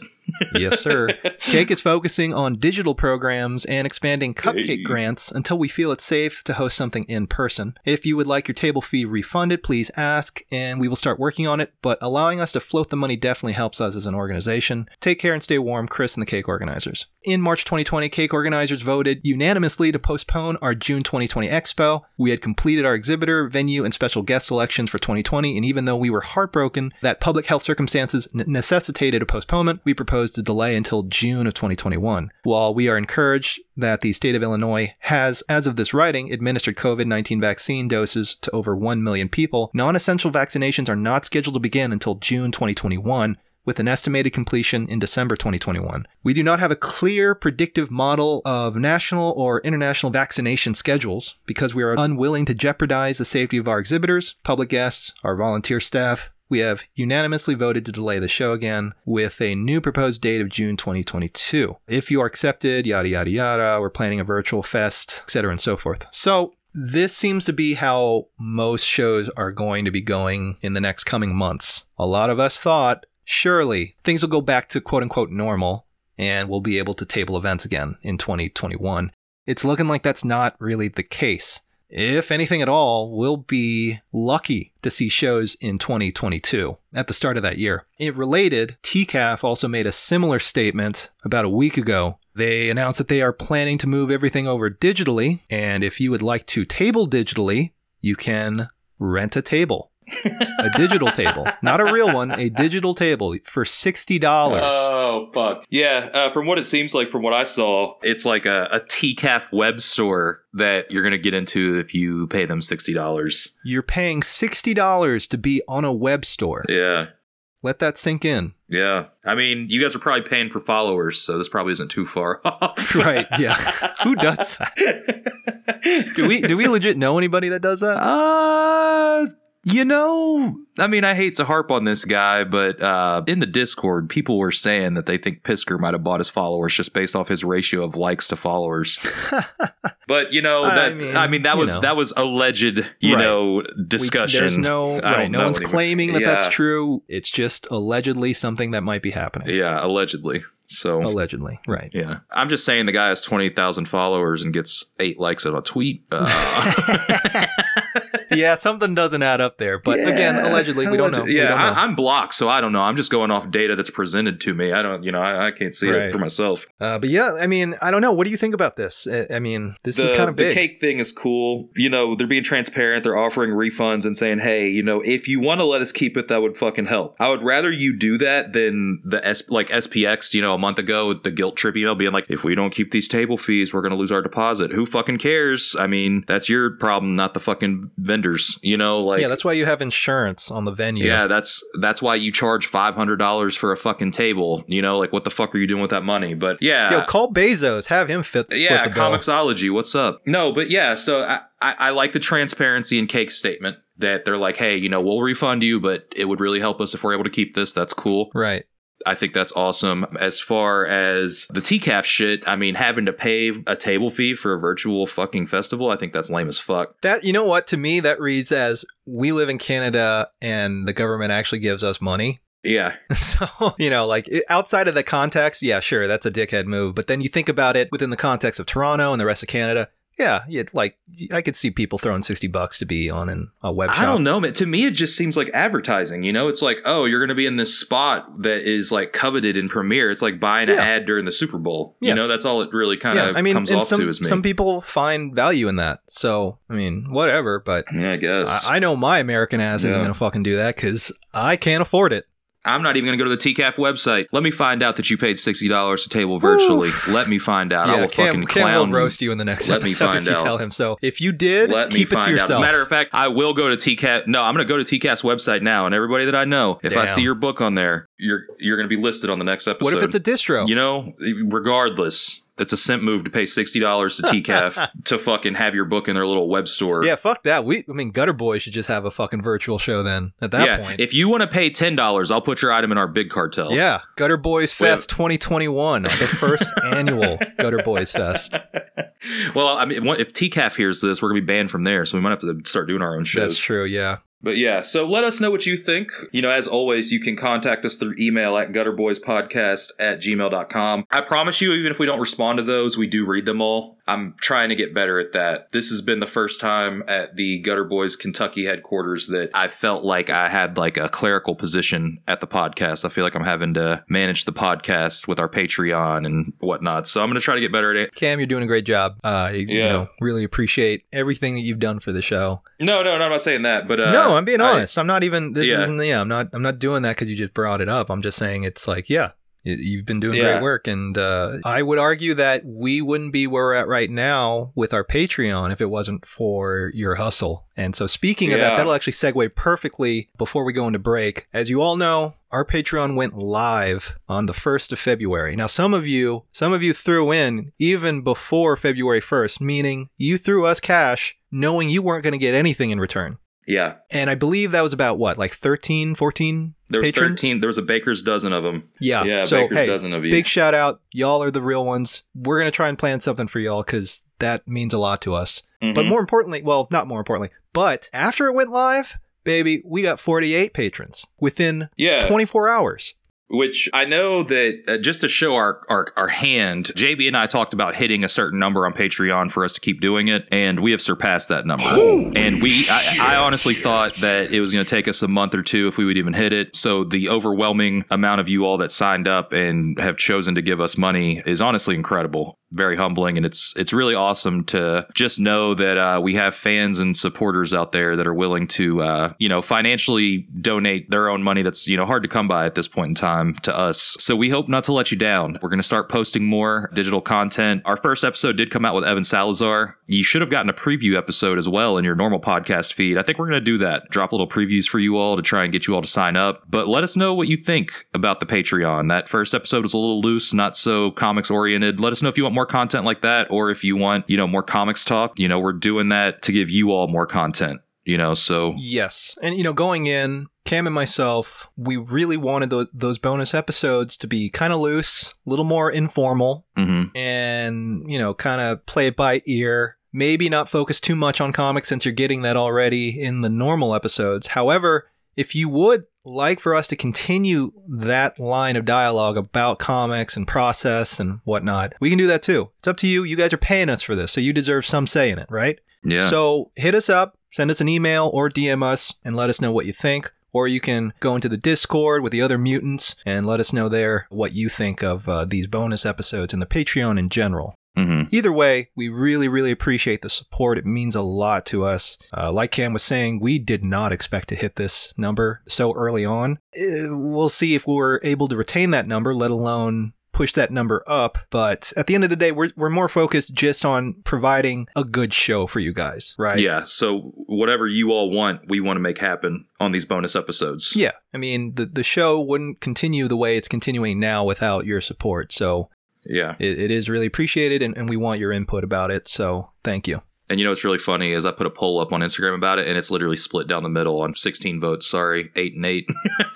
yes, sir. Cake is focusing on digital programs and expanding cupcake
Hey.
grants until we feel it's safe to host something in person. If you would like your table fee refunded, please ask and we will start working on it, but allowing us to float the money definitely helps us as an organization. Take care and stay warm, Chris and the cake organizers. In March 2020, cake organizers voted unanimously to postpone our June 2020 expo. We had completed our exhibitor, venue, and special guest selections for 2020, and even though we were heartbroken that public health circumstances n- necessitated a postponement, we proposed a delay until June of 2021. While we are encouraged that the state of Illinois has, as of this writing, administered COVID 19 vaccine doses to over 1 million people, non essential vaccinations are not scheduled to begin until June 2021 with an estimated completion in December 2021. We do not have a clear predictive model of national or international vaccination schedules because we are unwilling to jeopardize the safety of our exhibitors, public guests, our volunteer staff. We have unanimously voted to delay the show again with a new proposed date of June 2022. If you are accepted, yada, yada, yada, we're planning a virtual fest, etc., and so forth. So, this seems to be how most shows are going to be going in the next coming months. A lot of us thought, surely things will go back to quote unquote normal and we'll be able to table events again in 2021. It's looking like that's not really the case. If anything at all, we'll be lucky to see shows in 2022 at the start of that year. It related, TCAF also made a similar statement about a week ago. They announced that they are planning to move everything over digitally, and if you would like to table digitally, you can rent a table. a digital table, not a real one, a digital table for $60.
Oh fuck! Yeah, uh, from what it seems like, from what I saw, it's like a, a TCAF web store that you're gonna get into if you pay them sixty dollars.
You're paying $60 to be on a web store.
Yeah,
Let that sink in.
yeah. I mean, you guys are probably paying for followers, so this probably isn't too far off.
Right, yeah. Who does that? Do we do we legit know anybody that does that?
Uh, you know, I mean, I hate to harp on this guy, but uh, in the Discord, people were saying that they think Pisker might have bought his followers just based off his ratio of likes to followers. but you know,
I
that I
mean,
mean, that
you
was
know.
that was alleged, you
Right.
know,
We-
discussion.
there's no
I don't
right, no
know
one's
anyone.
claiming that that's
Yeah.
true. It's just allegedly something that might be happening.
Yeah, allegedly. So.
Allegedly, right.
yeah, I'm just saying the guy has twenty thousand followers and gets eight likes on a tweet. Uh,
yeah, something doesn't add up there. But again, allegedly, we don't
Yeah,
know. we don't know.
I, I'm blocked, so I don't know. I'm just going off data that's presented to me. I don't, you know, I, I can't see
Right.
it for myself.
uh, but yeah, I mean, I don't know. What do you think about this? I, I mean, this is kind of big.
The cake thing is cool. You know, they're being transparent. They're offering refunds and saying, hey, you know, if you want to let us keep it, that would fucking help. I would rather you do that than the S- like SPX, you know, a month ago, with the guilt trip email being like, if we don't keep these table fees, we're going to lose our deposit. Who fucking cares? I mean, that's your problem, not the fucking vendors, you know, like.
yeah, that's why you have insurance on the venue.
Yeah, that's that's why you charge five hundred dollars for a fucking table. You know, like what the fuck are you doing with that money? But yeah,
Yo, call Bezos. Have him fit.
yeah,
flip the bill.
comicsology. What's up? No, but yeah, so I, I, I like the transparency in Cake's statement that they're like, hey, you know, we'll refund you, but it would really help us if we're able to keep this. That's cool.
Right.
I think that's awesome. As far as the TCAF shit, I mean, having to pay a table fee for a virtual fucking festival, I think that's lame as fuck.
That you know what to me that reads as we live in Canada and the government actually gives us money.
Yeah.
So, you know, like it- outside of the context, yeah, sure, that's a dickhead move, but then you think about it within the context of Toronto and the rest of Canada. Yeah, it, like I could see people throwing 60 bucks to be on an, a web shop.
I don't know, man. To me, it just seems like advertising. You know, it's like, oh, you're going to be in this spot that is like coveted in premiere. It's like buying an
Yeah.
ad during the Super Bowl.
Yeah.
You know, that's all it really kind
Yeah,
of
I mean,
comes
and
off
some,
to is me.
some people find value in that. So, I mean, whatever, but
Yeah, I guess.
I, I know my American ass isn't
Yeah.
going to fucking do that cuz I can't afford it.
I, am not even going to go to the TCAF website. Let me find out that you paid $60 to table virtually. Let me find out. I will
Cam,
fucking
Cam
clown.
will roast you in the next
Let me
episode
find
if you
out.
tell him. So if you did,
Let me
keep it
find out.
to
As a
yourself.
matter of fact, I will go to TCAF. No, I'm going to go to TCAF's website now, and everybody that I know, if I
Damn.
see your book on there, you're you're going to be listed on the next episode.
what if it's a distro?
You know, regardless, that's a simp move to pay sixty dollars to TCAF to fucking have your book in their little web store.
yeah, fuck that. We, I mean, Gutter Boy should just have a fucking virtual show then. At that
yeah.
point,
If you want to pay ten dollars, I'll put your item in our big cartel.
yeah, Gutter Boys Fest 2021, the first annual Gutter Boys Fest.
Well, I mean, if TCAF hears this, we're gonna be banned from there, so we might have to start doing our own shows.
That's true. Yeah,
But yeah, so let us know what you think. You know, as always, you can contact us through email at gutterboyspodcast at gmail.com. I promise you, even if we don't respond to those, we do read them all. I'm trying to get better at that. This has been the first time at the Gutter Boys Kentucky headquarters that I felt like I had like a clerical position at the podcast. I feel like I'm having to manage the podcast with our Patreon and whatnot. So I'm going to try to get better at it.
Cam, you're doing a great job. Uh, you, you
Yeah.
know, really appreciate everything that you've done for the show.
No, no, no, I'm not saying that, but uh,
no, I'm being
I-
honest. I, am not even. This
Yeah.
isn't. Yeah, I'm not. I'm not doing that because you just brought it up. I'm just saying it's like, yeah, y- you've been doing
Yeah.
great work, and uh, I would argue that we wouldn't be where we're at right now with our Patreon if it wasn't for your hustle. And so, speaking of that,
Yeah.
that'll actually segue perfectly before we go into break. As you all know. Our Patreon went live on the 1st of February. Now some of you, some of you threw in even before February 1st, meaning you threw us cash knowing you weren't going to get anything in return.
yeah,
And I believe that was about what, like 13, 14
there was
patrons?
13, there was a baker's dozen of them.
Yeah.
Yeah,
so,
baker's
hey,
dozen of you.
Big shout out. Y'all are the real ones. We're going to try and plan something for y'all because that means a lot to us. But
Mhm.
more importantly, well, not more importantly, but after it went live, baby, we got 48 patrons within
yeah,
24 hours.
Which I know that uh, just to show our, our our hand, JB and I talked about hitting a certain number on Patreon for us to keep doing it, and we have surpassed that number. and we, I, I honestly thought that it was going to take us a month or two if we would even hit it. So the overwhelming amount of you all that signed up and have chosen to give us money is honestly incredible, very humbling, and it's it's really awesome to just know that uh, we have fans and supporters out there that are willing to uh, you know financially donate their own money that's you know hard to come by at this point in time to us. So we hope not to let you down. We're going to start posting more digital content. Our first episode did come out with Evan Salazar. You should have gotten a preview episode as well in your normal podcast feed. I think we're going to do that. Drop little previews for you all to try and get you all to sign up. But let us know what you think about the Patreon. That first episode was a little loose, not so comics oriented. Let us know if you want more content like that or if you want, you know, more comics talk. You know, we're doing that to give you all more content, you know, so
Yes. And, you know, going in, Cam and myself, we really wanted tho- those bonus episodes to be kind of loose, a little more informal,
mhm.
and you know kind of play it by ear maybe not focus too much on comics since you're getting that already in the normal episodes however if you would like for us to continue that line of dialogue about comics and process and whatnot we can do that too it's up to you you guys are paying us for this so you deserve some say in it right
yeah.
so hit us up, send us an email or DM us and let us know what you think. Or you can go into the Discord with the other mutants and let us know there what you think of uh, these bonus episodes and the Patreon in general.
mhm.
Either way, we really, really appreciate the support. It means a lot to us. Uh, like Cam was saying, we did not expect to hit this number so early on. Uh, We'll see if we're able to retain that number, let alone push that number up. But at the end of the day, we're, we're more focused just on providing a good show for you guys, right?
yeah. So whatever you all want, we want to make happen on these bonus episodes.
Yeah. I mean, the, the show wouldn't continue the way it's continuing now without your support. So
Yeah.
it, it is really appreciated, and, and we want your input about it. So thank you.
And you know what's really funny is I put a poll up on Instagram about it, and it's literally split down the middle on 16 votes. Sorry, eight and eight.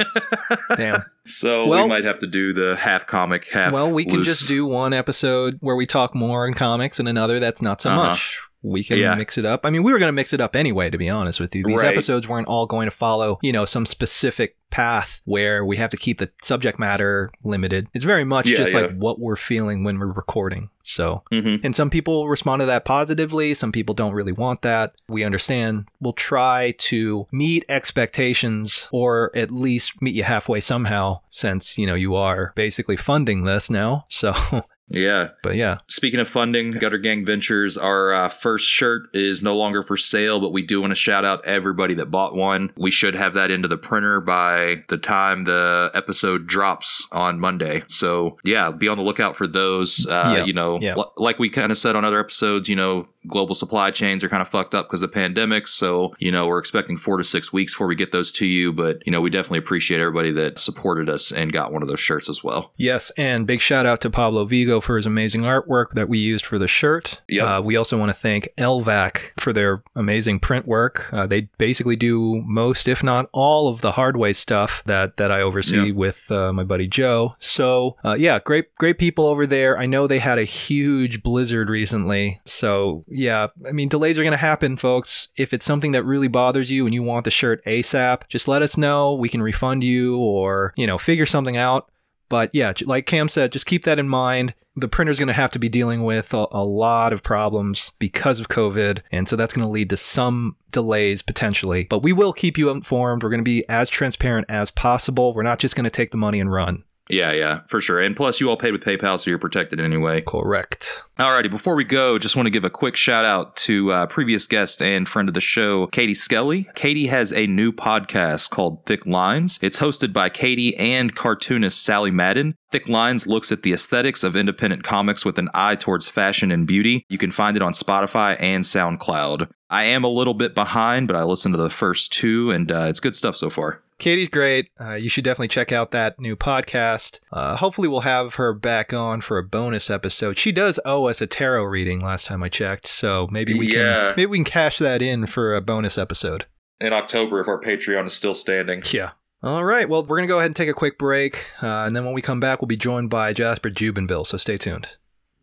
Damn.
so
Well-
we might have to do the half comic, half.
Well, we can
loose.
just do one episode where we talk more on comics and another that's not so
Uh-huh.
much. We can
Yeah.
mix it up. I mean, we were going to mix it up anyway, to be honest with you. These
Right.
episodes weren't all going to follow, you know, some specific path where we have to keep the subject matter limited. It's very much
Yeah,
just
yeah.
like what we're feeling when we're recording. So,
Mhm.
and some people respond to that positively. Some people don't really want that. We understand. We'll try to meet expectations or at least meet you halfway somehow, since, you know, you are basically funding this now. So,
Yeah.
but yeah.
Speaking of funding, Gutter Gang Ventures, our uh, first shirt is no longer for sale, but we do want to shout out everybody that bought one. We should have that into the printer by the time the episode drops on Monday. So, yeah, be on the lookout for those. Uh,
Yeah.
You know,
Yeah.
li- like we kind of said on other episodes, you know, global supply chains are kind of fucked up because of the pandemic. So, you know, we're expecting four to six weeks before we get those to you. But, you know, we definitely appreciate everybody that supported us and got one of those shirts as well.
Yes, and big shout out to Pablo Vigo for his amazing artwork that we used for the shirt.
Yep.
Uh, we also want to thank Elvac for their amazing print work. Uh, they basically do most, if not all, of the hardway stuff that that I oversee
Yeah.
with uh, my buddy Joe. So uh, yeah, great great people over there. I know they had a huge blizzard recently, so yeah, I mean, delays are going to happen, folks. If it's something that really bothers you and you want the shirt ASAP, just let us know. We can refund you or, you know, figure something out. But yeah, j- like Cam said, just keep that in mind. The printer's going to have to be dealing with a, a lot of problems because of COVID. And so that's going to lead to some delays potentially. But we will keep you informed. We're going to be as transparent as possible. We're not just going to take the money and run.
Yeah, yeah, for sure. And plus, you all paid with PayPal, so you're protected anyway.
Correct.
Alrighty, before we go, just want to give a quick shout out to uh, previous guest and friend of the show, Katie Skelly. Katie has a new podcast called Thick Lines. It's hosted by Katie and cartoonist Sally Madden. Thick Lines looks at the aesthetics of independent comics with an eye towards fashion and beauty. You can find it on Spotify and SoundCloud. I am a little bit behind, but I listened to the first two, and uh, it's good stuff so far.
Katie's great. Uh, you should definitely check out that new podcast. Uh, hopefully, we'll have her back on for a bonus episode. She does owe us a tarot reading last time I checked, so maybe we
Yeah.
can maybe we can cash that in for a bonus episode.
In October, if our Patreon is still standing.
Yeah. All right. Well, we're gonna go ahead and take a quick break, uh, and then when we come back, we'll be joined by Jasper Jubinville. So stay tuned.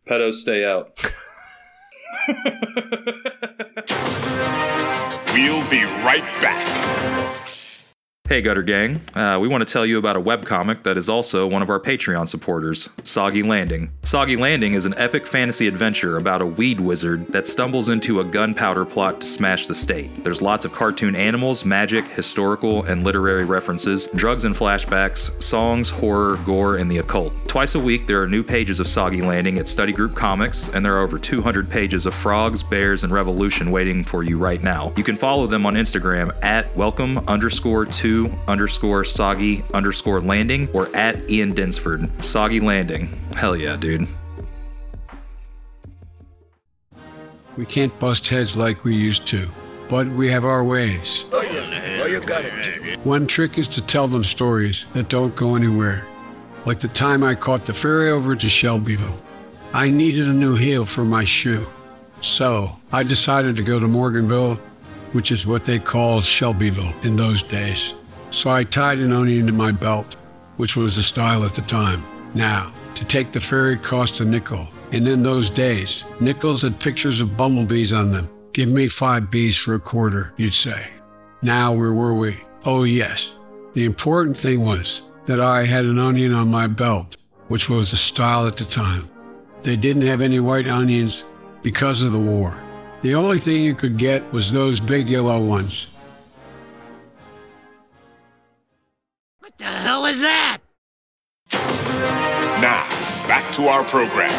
Pedos stay out.
We'll be right back.
Hey, Gutter Gang. Uh, we want to tell you about a webcomic that is also one of our Patreon supporters, Soggy Landing. Soggy Landing is an epic fantasy adventure about a weed wizard that stumbles into a gunpowder plot to smash the state. There's lots of cartoon animals, magic, historical, and literary references, drugs and flashbacks, songs, horror, gore, and the occult. Twice a week, there are new pages of Soggy Landing at Study Group Comics, and there are over 200 pages of frogs, bears, and revolution waiting for you right now. You can follow them on Instagram at welcome underscore two underscore soggy underscore landing or at Ian Dinsford. Soggy Landing. Hell yeah, dude.
We can't bust heads like we used to, but we have our ways. One trick is to tell them stories that don't go anywhere, like the time I caught the ferry over to Shelbyville. I needed a new heel for my shoe, so I decided to go to Morganville, which is what they called Shelbyville in those days. So I tied an onion to my belt, which was the style at the time. Now, to take the ferry cost a nickel, and in those days, nickels had pictures of bumblebees on them. Give me five bees for a quarter, you'd say. Now, where were we? Oh, yes. The important thing was that I had an onion on my belt, which was the style at the time. They didn't have any white onions because of the war. The only thing you could get was those big yellow ones.
Now, back to our program.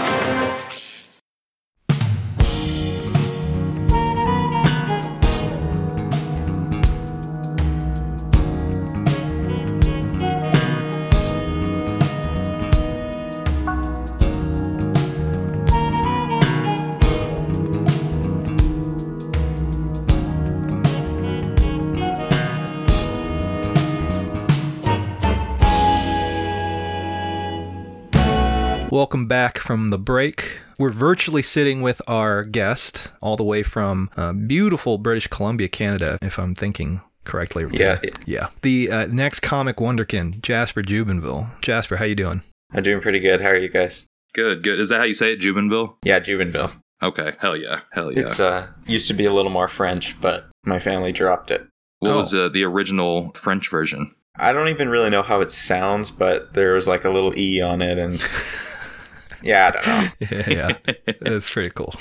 Welcome back from the break. We're virtually sitting with our guest, all the way from uh, beautiful British Columbia, Canada, if I'm thinking correctly.
Yeah.
yeah. The uh, next comic wonderkin, Jasper Jubinville. Jasper, how you doing?
I'm doing pretty good. How are you guys?
Good, good. Is that how you say it, Jubinville?
Yeah, Jubenville.
Okay, hell yeah, hell yeah.
It's uh used to be a little more French, but my family dropped it.
what
oh.
was uh, the original French version?
I don't even really know how it sounds, but there was like a little e on it, and yeah, I don't know.
yeah, that's pretty cool.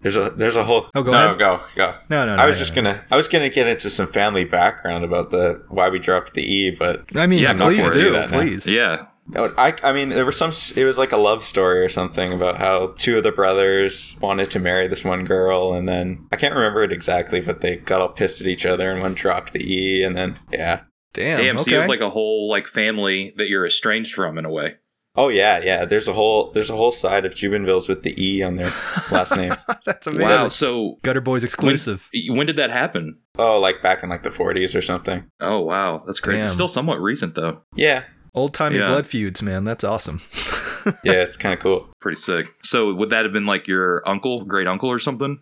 There's a there's a whole.
Oh, go
no,
ahead.
go go.
No, no, no,
I was
no,
just
no.
gonna I was gonna get into some family background about the why we dropped the e, but
I mean,
Yeah, go
please
for it.
do,
Do
that now.
please.
Yeah,
No, I, I mean, there was some. It was like a love story or something about how two of the brothers wanted to marry this one girl, and then I can't remember it exactly, but they got all pissed at each other, and one dropped the E, and then yeah,
Damn,
damn. So
okay.
you have like a whole like family that you're estranged from in a way.
oh yeah, yeah. There's a whole there's a whole side of Jubenvilles with the E on their last name.
that's amazing.
Wow. So
Gutter Boys exclusive.
when, when did that happen?
Oh, like back in like the 40s or something.
Oh wow, that's crazy.
Damn.
Still somewhat recent though.
Yeah,
Old timey
Yeah.
blood feuds, man. That's awesome.
yeah. It's kind of cool.
Pretty sick. So would that have been like your uncle, great uncle, or something?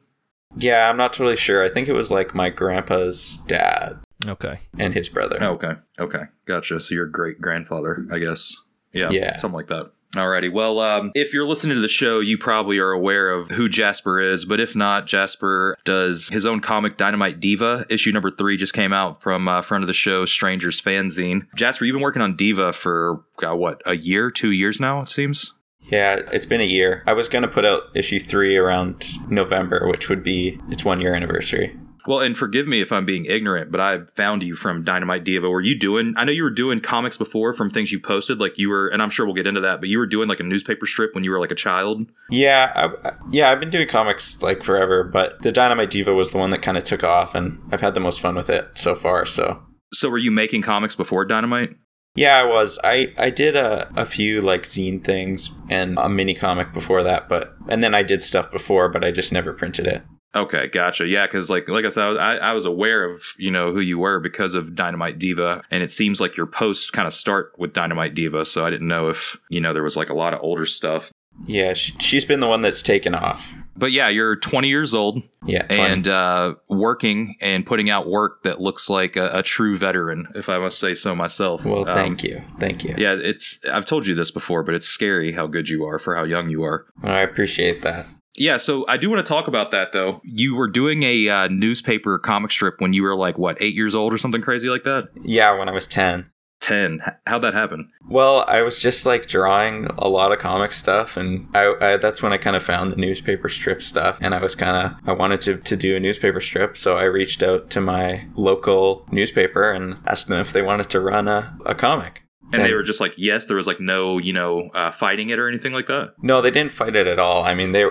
Yeah, I'm not totally sure. I think it was like my grandpa's dad
okay.
and his brother.
Oh, okay, okay, gotcha. So your great grandfather, I guess. Yeah,
Yeah.
something like that. Alrighty. Well, um, if you're listening to the show, you probably are aware of who Jasper is, but if not, Jasper does his own comic, Dynamite Diva. Issue number three just came out from uh, friend of the show, Strangers Fanzine. Jasper, you've been working on Diva for uh, what a year, two years now, it seems.
Yeah, it's been a year. I was going to put out issue three around November, which would be its one year anniversary.
Well, and forgive me if I'm being ignorant, but I found you from Dynamite Diva. Were you doing? I know you were doing comics before from things you posted, like you were, and I'm sure we'll get into that. But you were doing like a newspaper strip when you were like a child.
Yeah, I, I- yeah, I've been doing comics like forever, but the Dynamite Diva was the one that kind of took off, and I've had the most fun with it so far. So
So were you making comics before Dynamite?
yeah, I was. I I did a a few like zine things and a mini comic before that, but and then I did stuff before, but I just never printed it.
Okay, gotcha. Yeah, because like like I said, I, was- I I was aware of you know who you were because of Dynamite Diva, and it seems like your posts kind of start with Dynamite Diva. So I didn't know if you know there was like a lot of older stuff.
Yeah, she, she's been the one that's taken off.
But yeah, you're 20 years old
Yeah, fun.
and uh, working and putting out work that looks like a, a true veteran, if I must say so myself.
well,
Um,
thank you, thank you.
Yeah, it's I've told you this before, but it's scary how good you are for how young you are.
I appreciate that.
Yeah, so I do want to talk about that though. You were doing a uh, newspaper comic strip when you were like what, eight years old or something crazy like that?
Yeah, when I was ten.
Ten. H- How'd that happen?
Well, I was just like drawing a lot of comic stuff, and I, I that's when I kind of found the newspaper strip stuff. And I was kind of I wanted to to do a newspaper strip, so I reached out to my local newspaper and asked them if they wanted to run a, a comic.
And they were just like, yes, there was like no, you know, uh, fighting it or anything like that.
no, they didn't fight it at all. I mean, they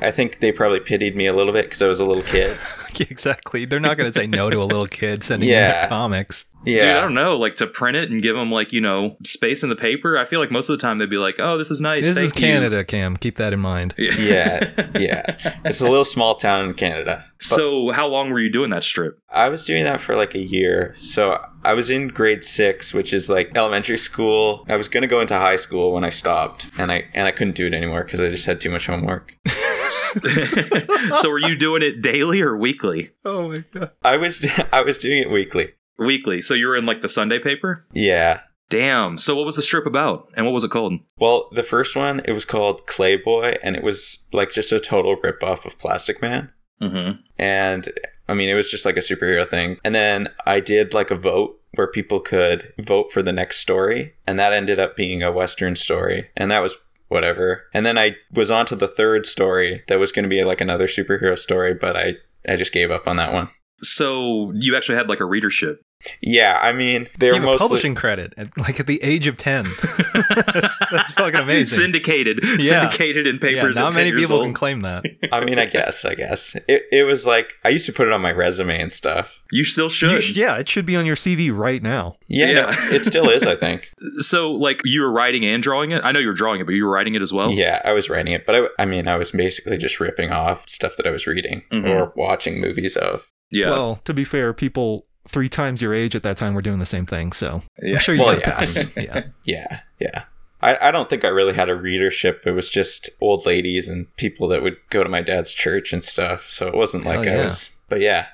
I think they probably pitied me a little bit because I was a little kid.
Yeah, exactly. They're not going to say no to a little kid sending them
Yeah.
to comics.
Yeah,
Dude, I don't know. Like to print it and give them like you know space in the paper. I feel like most of the time they'd be like, "Oh, this is nice."
This
thank
is
you.
Canada, Cam. Keep that in mind.
yeah, yeah. It's a little small town in Canada.
So, how long were you doing that strip?
I was doing that for like a year. So I was in grade six, which is like elementary school. I was gonna go into high school when I stopped, and I and I couldn't do it anymore because I just had too much homework.
so, were you doing it daily or weekly?
Oh my god.
I was I was doing it weekly.
Weekly. So you were in like the Sunday paper.
Yeah.
Damn. So, what was the strip about, and what was it called?
Well, the first one it was called Clayboy, and it was like just a total ripoff of Plastic Man.
Mm-hmm.
and I mean it was just like a superhero thing. And then I did like a vote where people could vote for the next story, and that ended up being a western story, and that was whatever. And then I was on to the third story that was going to be like another superhero story, but I I just gave up on that one.
So you actually had like a readership.
Yeah, I mean they
You
were
have a
mostly
publishing credit at like at the age of ten. that's, that's fucking amazing.
Syndicated.
Yeah.
Syndicated in
yeah,
papers.
not
at
many
10 years
people
old.
can claim that.
I mean I guess I guess it it was like I used to put it on my resume and stuff.
you still
You
should.
sh- yeah, it should be on your CV right now.
Yeah, no,
Yeah.
it still is I think.
So, like, you were writing and drawing it. I know you were drawing it, but you were writing it as
Oh.
well.
Yeah, I was writing it, but I, I mean, I was basically just ripping off stuff that I was reading
Mm-hmm.
Mhm.
or watching movies of.
Yeah.
Well, to be fair, people three times your age at that time were doing the same thing. So
Yeah.
I'm sure you
Well,
got
yeah.
a pick- I mean,
Yeah, yeah. I, I don't think I really had a readership. It was just old ladies and people that would go to my dad's church and stuff. So it wasn't like
Hell
I
yeah.
was. But yeah,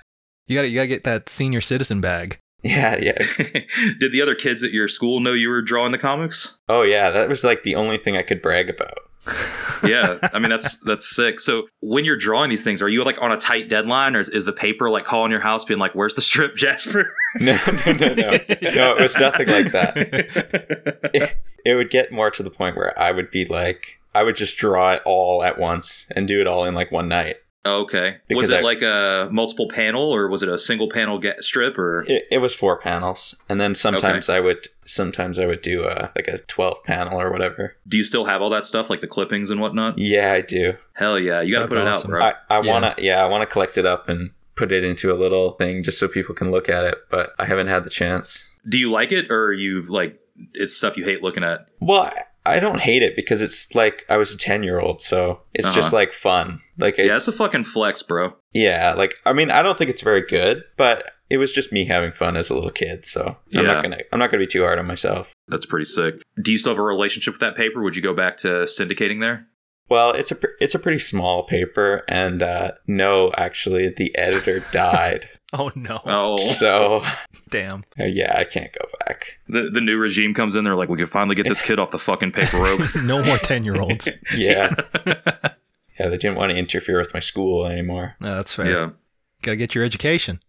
You got to you got to get that senior citizen bag.
yeah, yeah.
Did the other kids at your school know you were drawing the comics?
Oh yeah, that was like the only thing I could brag about.
Yeah, I mean that's that's sick. So when you're drawing these things, are you like on a tight deadline, or is, is the paper like calling your house, being like, "Where's the strip, Jasper?"
No, no, no, no. No, it was nothing like that. It, it would get more to the point where I would be like, I would just draw it all at once and do it all in like one night.
okay, was
Because
it
I-
like a multiple panel, or was it a single panel get strip, or
It, it was four panels, and then sometimes I would sometimes I would do a like a twelve panel or whatever.
do you still have all that stuff like the clippings and whatnot?
Yeah, I do.
Hell yeah, you got to
That's
put it
awesome.
out, bro.
I, I
Yeah.
wanna yeah I wanna collect it up and put it into a little thing just so people can look at it, but I haven't had the chance.
do you like it, or are you like it's stuff you hate looking at?
Well, I- I don't hate it because it's like I was a ten year old, so it's just
Uh-huh.
like fun. Like
yeah,
it's
it's a fucking flex, bro.
yeah, like I mean I don't think it's very good, but it was just me having fun as a little kid, so I'm
Yeah.
not gonna I'm not gonna be too hard on myself.
That's pretty sick. Do you still have a relationship with that paper? Would you go back to syndicating there?
Well, it's a pr- it's a pretty small paper, and uh, no, actually, the editor died.
Oh no!
Oh,
so
Damn.
uh, yeah, I can't go back.
the the new regime comes in. They're like, we can finally get this kid off the fucking paper rope.
No more ten year olds.
Yeah, yeah, they didn't want to interfere with my school anymore.
No, that's fair.
yeah,
Gotta get your education.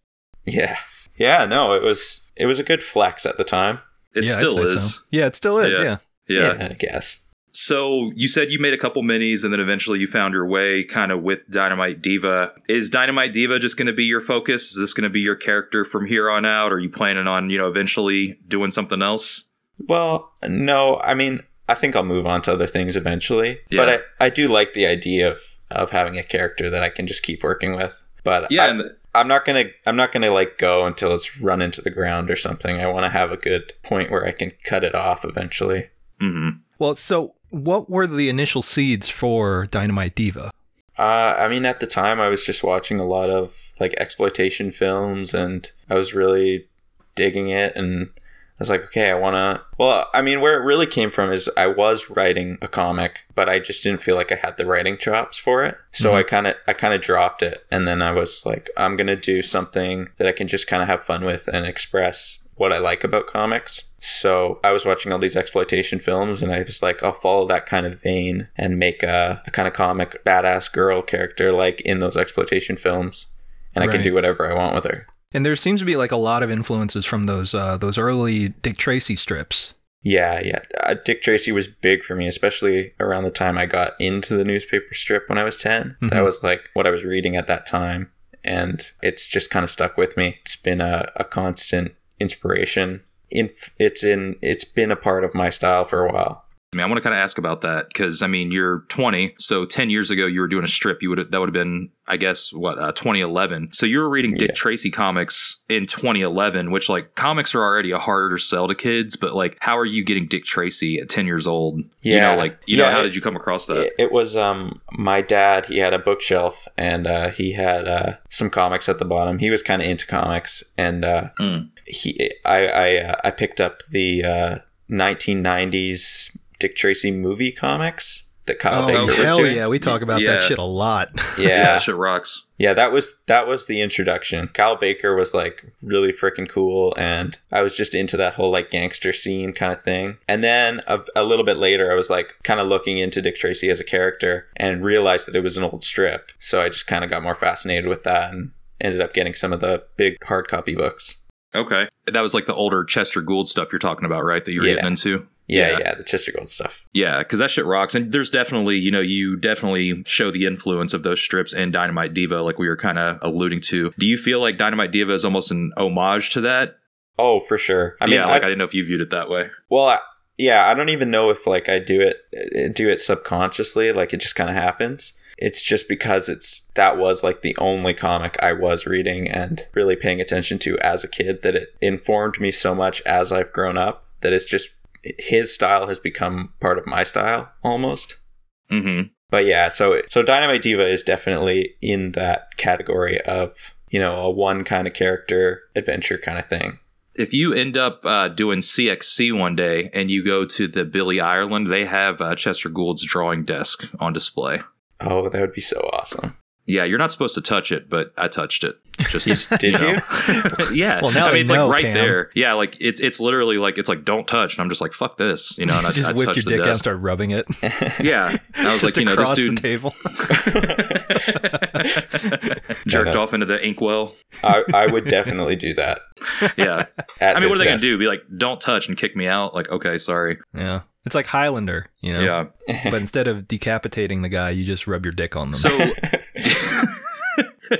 Yeah, yeah, no, it was it was a good flex at the time.
it
yeah, I'd
still
say
is.
so. Yeah, it still is.
Yeah.
Yeah.
yeah,
I guess.
So you said you made a couple minis, and then eventually you found your way, kind of with Dynamite Diva. Is Dynamite Diva just going to be your focus? Is this going to be your character from here on out? Are you planning on you know eventually doing something else?
Well, no, I mean, I think I'll move on to other things eventually.
Yeah.
But I, I do like the idea of of having a character that I can just keep working with. But
Yeah,
I-
and the-
I'm not gonna I'm not gonna like go until it's run into the ground or something. I want to have a good point where I can cut it off eventually.
hmm
Well, so what were the initial seeds for Dynamite Diva?
Uh, I mean, at the time, I was just watching a lot of like exploitation films, and I was really digging it. And I was like, okay, I want to. Well, I mean, where it really came from is I was writing a comic, but I just didn't feel like I had the writing chops for it. So I kind of, I kind of dropped it, and then I was like, I'm gonna do something that I can just kind of have fun with and express what I like about comics. So I was watching all these exploitation films and I was like, I'll follow that kind of vein and make a, a kind of comic badass girl character like in those exploitation films. And I can
Right.
do whatever I want with her.
And there seems to be like a lot of influences from those uh, those early Dick Tracy strips.
Yeah, yeah. Uh, Dick Tracy was big for me, especially around the time I got into the newspaper strip when I was 10. That
Mhm.
was like what I was reading at that time. And it's just kind of stuck with me. It's been a, a constant inspiration. In, it's in it's been a part of my style for a while.
I mean, I want to kind of ask about that because I mean, you're 20, so 10 years ago you were doing a strip. You would that would have been, I guess, what uh, 2011. So you were reading Dick
Yeah.
Tracy comics in 2011, which like comics are already a harder sell to kids. But like, how are you getting Dick Tracy at 10 years old? you
Yeah.
know, like you know,
Yeah,
how
it-
did you come across that?
It, it was um my dad. He had a bookshelf and uh, he had uh, some comics at the bottom. He was kind of into comics, and uh,
Mm.
he I I, uh, I picked up the uh, 1990s Dick Tracy movie comics that Kyle
oh
Baker was
hell
doing.
yeah, we talk about
Yeah.
that shit a lot.
yeah,
yeah,
that shit rocks.
yeah, that was that was the introduction. Kyle Baker was like really freaking cool, and I was just into that whole like gangster scene kind of thing. And then a, a little bit later, I was like kind of looking into Dick Tracy as a character and realized that it was an old strip. So I just kind of got more fascinated with that and ended up getting some of the big hard copy books.
Okay, that was like the older Chester Gould stuff you're talking about, right? That you were
Yeah.
getting into.
Yeah,
Yeah.
yeah, the Chester Gold stuff.
Yeah, because that shit rocks. And there's definitely, you know, you definitely show the influence of those strips in Dynamite Diva, like we were kind of alluding to. Do you feel like Dynamite Diva is almost an homage to that?
Oh, for sure. I mean,
yeah, like
I-
I didn't know if you viewed it that way.
Well, I, yeah, I don't even know if like I do it uh, do it subconsciously, like it just kind of happens. It's just because it's that was like the only comic I was reading and really paying attention to as a kid that it informed me so much as I've grown up that it's just his style has become part of my style almost.
Mm-hmm.
But yeah, so so Dynamite Diva is definitely in that category of, you know, a one kind of character adventure kind of thing.
If you end up uh, doing CXC one day and you go to the Billy Ireland, they have uh, Chester Gould's drawing desk on display.
Oh, that would be so awesome.
Yeah, you're not supposed to touch it, but I touched it. Just to,
Did you?
yeah.
Well, now
I
they
mean, it's
know,
like right
Cam.
there. Yeah, like it's it's literally like it's like don't touch, and I'm just like fuck this, you know. And I,
just
I
whip
touched the
your dick out and
desk.
start rubbing it.
Yeah, And I was like,
Just
you know, this
across
dude
the table.
jerked
No, no.
off into the inkwell.
I, I would definitely do that.
Yeah,
At
I mean, what are
this
they gonna
desk.
do? Be like, don't touch and kick me out? Like, okay, sorry.
yeah, it's like Highlander, you know.
Yeah.
But instead of decapitating the guy, you just rub your dick on them.
So.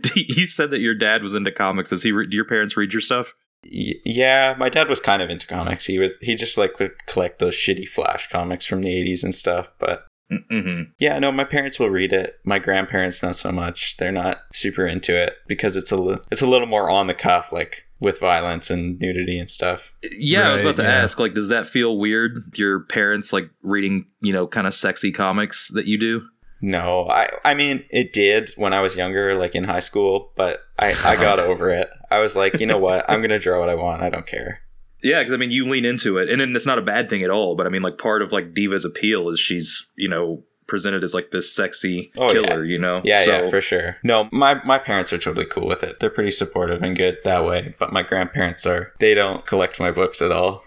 Do- you said that your dad was into comics. Does he? Re- do your parents read your stuff?
Y- yeah, my dad was kind of into comics. He was he just like would collect those shitty Flash comics from the eighties and stuff. But
Mm-hmm.
yeah, no, my parents will read it. My grandparents not so much. They're not super into it because it's a li- it's a little more on the cuff, like with violence and nudity and stuff.
Yeah, I was
Right,
about to
yeah.
ask. Like, does that feel weird? Your parents like reading, you know, kind of sexy comics that you do?
No, I I mean it did when I was younger, like in high school. But I I got over it. I was like, you know what? I'm gonna draw what I want. I don't care.
Yeah, because I mean, you lean into it, and then it's not a bad thing at all. But I mean, like part of like Diva's appeal is she's you know presented as like this sexy
Oh, yeah.
killer, you know.
Yeah,
So-
yeah, for sure. No, my my parents are totally cool with it. They're pretty supportive and good that way. But my grandparents are. They don't collect my books at all.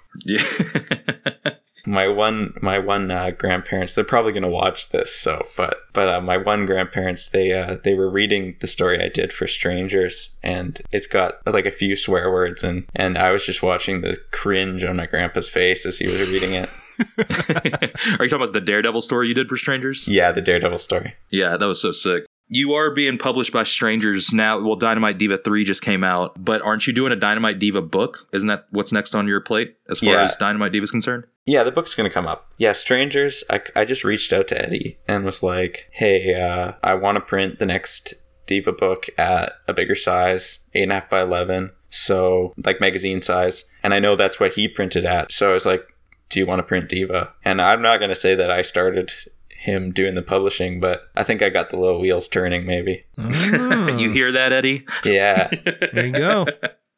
Yeah.
My one my one uh, grandparents. They're probably gonna watch this. So, but but uh, my one grandparents. They uh, they were reading the story I did for strangers, and it's got like a few swear words, and and I was just watching the cringe on my grandpa's face as he was reading it.
Are you talking about the Daredevil story you did for Strangers?
Yeah, the Daredevil story.
Yeah, that was so sick. You are being published by Strangers now. Well, Dynamite Diva 3 just came out, but aren't you doing a Dynamite Diva book? Isn't that what's next on your plate as far
Yeah.
as Dynamite Diva's concerned?
Yeah, the book's gonna come up. Yeah, Strangers. I, I just reached out to Eddie and was like, hey, uh, I want to print the next Diva book at a bigger size, eight and a half by eleven, so like magazine size. And I know that's what he printed at. So I was like, do you want to print Diva? And I'm not gonna say that I started him doing the publishing, but I think I got the little wheels turning. Maybe. Hmm.
you hear that, Eddie?
Yeah.
There you go.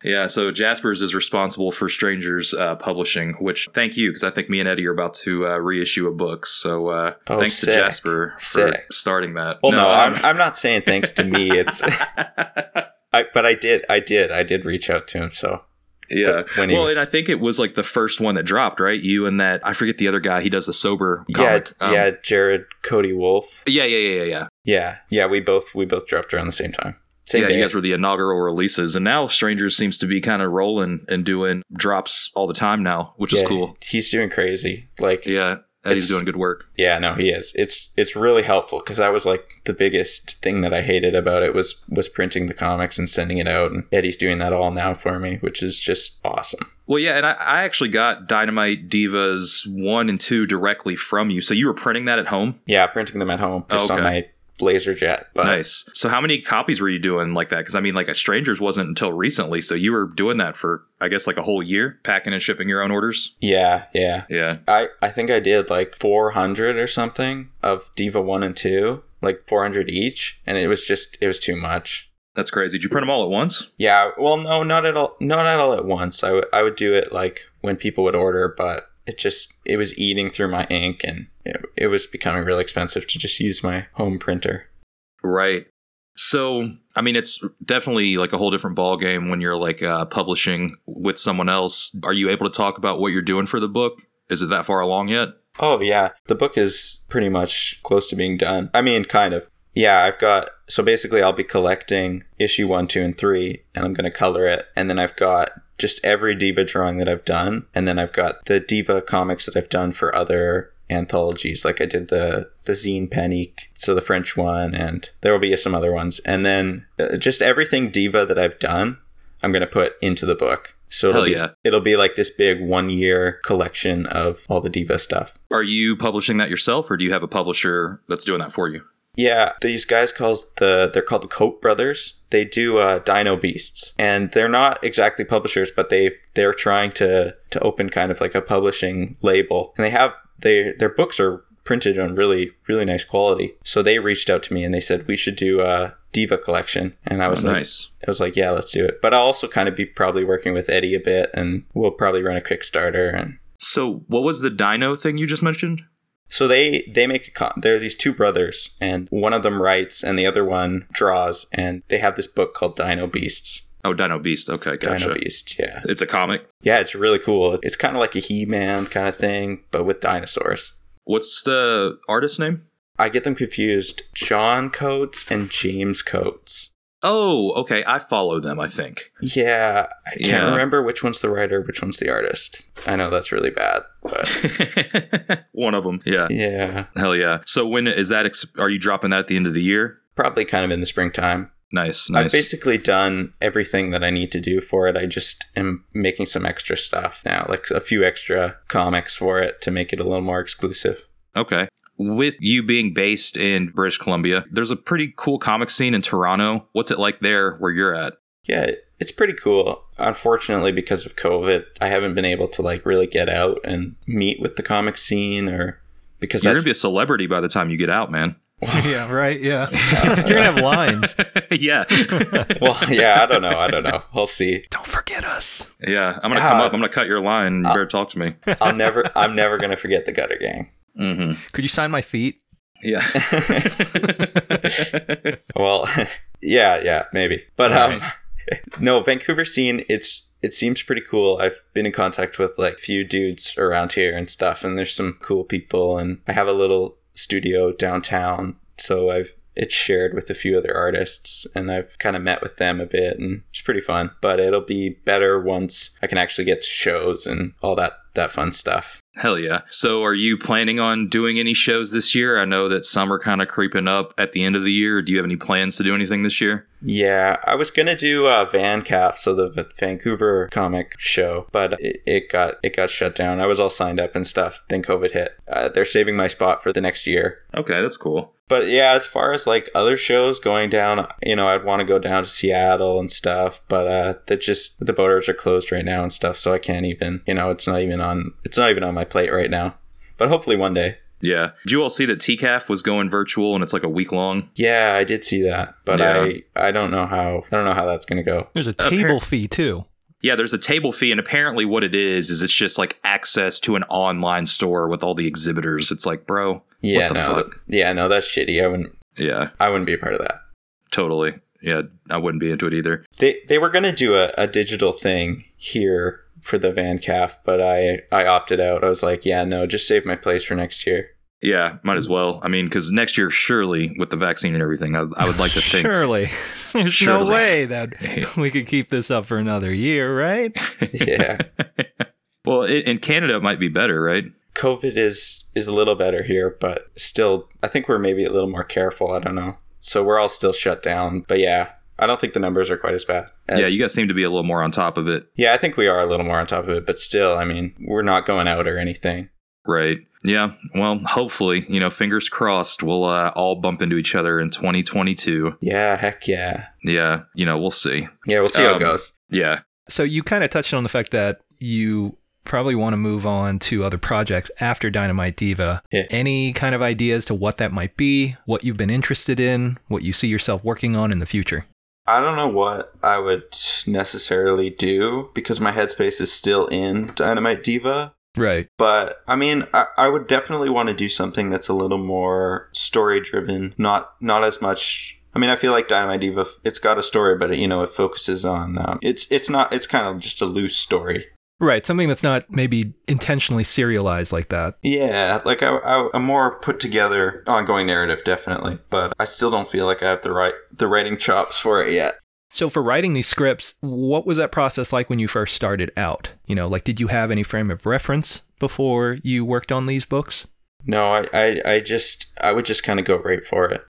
Yeah, so Jaspers is responsible for Strangers uh, publishing, which thank you, because I think me and Eddie are about to uh, reissue a book. So uh,
Oh,
thanks to
sick.
Jasper
Sick.
for starting that.
Well, no, I'm,
I'm-
I'm not saying thanks to me. It's. I, but I did, I did, I did reach out to him. So
yeah.
when he
well,
was-
and I think it was like the first one that dropped, right? You and that, I forget the other guy, he does the sober comic.
Yeah,
Um,
yeah, Jared Cody Wolf.
Yeah, yeah, yeah, yeah, yeah.
Yeah, yeah, we both we both dropped around the same time. Same
yeah,
day.
you guys were the inaugural releases, and now Strangers seems to be kind of rolling and doing drops all the time now, which is
Yeah,
cool.
He's doing crazy. Like, yeah,
Yeah, Eddie's
It's-
doing good work.
no, he is. It's it's really helpful because that was like the biggest thing that I hated about it was was printing the comics and sending it out, and Eddie's doing that all now for me, which is just awesome.
Well, yeah, and I, I actually got Dynamite Divas one and two directly from you, so you were printing that at home.
Yeah, printing them at home just on
Okay.
my laser jet. But
nice. So, how many copies were you doing like that? Because I mean, like, Strangers wasn't until recently, so you were doing that for I guess like a whole year, packing and shipping your own orders.
yeah, yeah,
Yeah,
I, I think I did like 400 or something of Diva 1 and 2, like 400 each. And it was just, it was too much.
that's crazy. Did you print them all at once?
Yeah. Well, no, not at all. Not at all at once. I would- I would do it like when people would order, but it just, it was eating through my ink and it, it was becoming really expensive to just use my home printer.
Right. So, I mean, it's definitely like a whole different ballgame when you're like uh, publishing with someone else. Are you able to talk about what you're doing for the book? Is it that far along yet?
Oh, yeah. The book is pretty much close to being done. I mean, kind of. Yeah, I've got. So basically, I'll be collecting issue one, two, and three, and I'm going to color it. And then I've got just every Diva drawing that I've done. And then I've got the Diva comics that I've done for other anthologies. Like I did the, the Zine Panique, so the French one, and there will be some other ones. And then uh, just everything Diva that I've done, I'm going to put into the book. So it'll
Hell
be,
yeah.
it'll be like this big one year collection of all the Diva stuff.
Are you publishing that yourself or do you have a publisher that's doing that for you?
Yeah, these guys calls the they're called the Cope Brothers. They do uh, Dino Beasts, and they're not exactly publishers, but they they're trying to to open kind of like a publishing label, and they have they their books are printed on really really nice quality. So they reached out to me and they said we should do a Diva collection, and I was like,
Oh, nice.
I was like, yeah, let's do it. But I'll also kind of be probably working with Eddie a bit, and we'll probably run a Kickstarter and
So, what was the dino thing you just mentioned?
so they they make a con- there are these two brothers and one of them writes and the other one draws and they have this book called Dino Beasts.
Oh, Dino Beast. Okay, gotcha.
Dino Beasts, yeah.
It's a comic.
Yeah, it's really cool. It's kind of like a He-Man kind of thing but with dinosaurs.
What's the artist name?
I get them confused. John Coates and James Coates.
Oh, okay. I follow them, I think.
Yeah, I can't
Yeah.
remember which one's the writer, which one's the artist. I know that's really bad, but
One of them. Yeah.
yeah,
Hell yeah. So, when is that? Ex- are you dropping that at the end of the year?
probably kind of in the springtime.
Nice, nice.
I've basically done everything that I need to do for it. I just am making some extra stuff now, like a few extra comics for it to make it a little more exclusive.
Okay. With you being based in British Columbia, there's a pretty cool comic scene in Toronto. What's it like there where you're at?
Yeah, it's pretty cool. Unfortunately, because of COVID, I haven't been able to like really get out and meet with the comic scene or because
You're
that's
going to be a celebrity by the time you get out, man.
yeah, right. Yeah, you're gonna have lines.
yeah.
Well, yeah, I don't know. I don't know. We'll see.
Don't forget us.
Yeah. I'm going to come
Ah.
up. I'm going to cut your line. You better talk to me.
I'll never. I'm never gonna forget the Gutter Gang.
Mm-hmm.
Could you sign my feet?
Yeah.
Well, yeah, yeah, maybe. But um,
Alright.
no, Vancouver scene. It's it seems pretty cool. I've been in contact with like few dudes around here and stuff, and there's some cool people. And I have a little studio downtown, so I've it's shared with a few other artists, and I've kind of met with them a bit, and it's pretty fun. But it'll be better once I can actually get to shows and all that that fun stuff.
Hell yeah. So, are you planning on doing any shows this year? I know that some are kind of creeping up at the end of the year. Do you have any plans to do anything this year?
Yeah, I was gonna do uh, VanCaf, so the V- Vancouver comic show, but it, it got it got shut down. I was all signed up and stuff. Then COVID hit. Uh, they're saving my spot for the next year.
Okay, that's cool.
But yeah, as far as like other shows going down, you know, I'd want to go down to Seattle and stuff, but uh, the just the borders are closed right now and stuff, so I can't even. You know, it's not even on it's not even on my plate right now. But hopefully one day.
Yeah. Did you all see that TCAF was going virtual and it's like a week long?
Yeah, I did see that, but
Yeah.
I I don't know how I don't know how that's gonna go.
There's a table fee too.
Yeah, there's a table fee, and apparently, what it is is it's just like access to an online store with all the exhibitors. It's like, bro,
Yeah,
what the
no,
fuck?
yeah, no, that's shitty. I wouldn't
Yeah,
I wouldn't be a part of that.
totally. Yeah, I wouldn't be into it either.
They they were gonna do a, a digital thing here for the Van Calf, but I I opted out. I was like, yeah, no, just save my place for next year.
Yeah, might as well. I mean, because next year, surely, with the vaccine and everything, I, I would like to think.
Surely, there's
Surely.
no way that we could keep this up for another year, right?
Yeah,
Well, i in Canada, it might be better, right?
COVID is is a little better here, but still, I think we're maybe a little more careful. I don't know. So we're all still shut down, but yeah, I don't think the numbers are quite as bad. As,
yeah, you guys seem to be a little more on top of it,
yeah, I think we are a little more on top of it, but still, I mean, we're not going out or anything.
right? Yeah. Well, hopefully, you know, fingers crossed, we'll uh, all bump into each other in 2022.
Yeah, heck yeah,
Yeah, you know, we'll see.
yeah. We'll see how
Um,
it goes.
Yeah,
So you kind of touched on the fact that you probably want to move on to other projects after Dynamite Diva.
Yeah.
Any kind of idea as to what that might be, what you've been interested in, what you see yourself working on in the future?
I don't know what I would necessarily do because my headspace is still in Dynamite Diva.
Right.
But I mean, I, I would definitely want to do something that's a little more story driven, not not as much. I mean, I feel like Dynamite Diva. It's got a story, but it, you know, it focuses on. Um, it's it's not. It's kind of just a loose story.
Right. Something that's not maybe intentionally serialized like that.
Yeah, like I, I, a more put together ongoing narrative, definitely. But I still don't feel like I have the right the writing chops for it yet.
So for writing these scripts, what was that process like when you first started out? You know, like did you have any frame of reference before you worked on these books?
No, I, I, I just I would just kind of go right for it.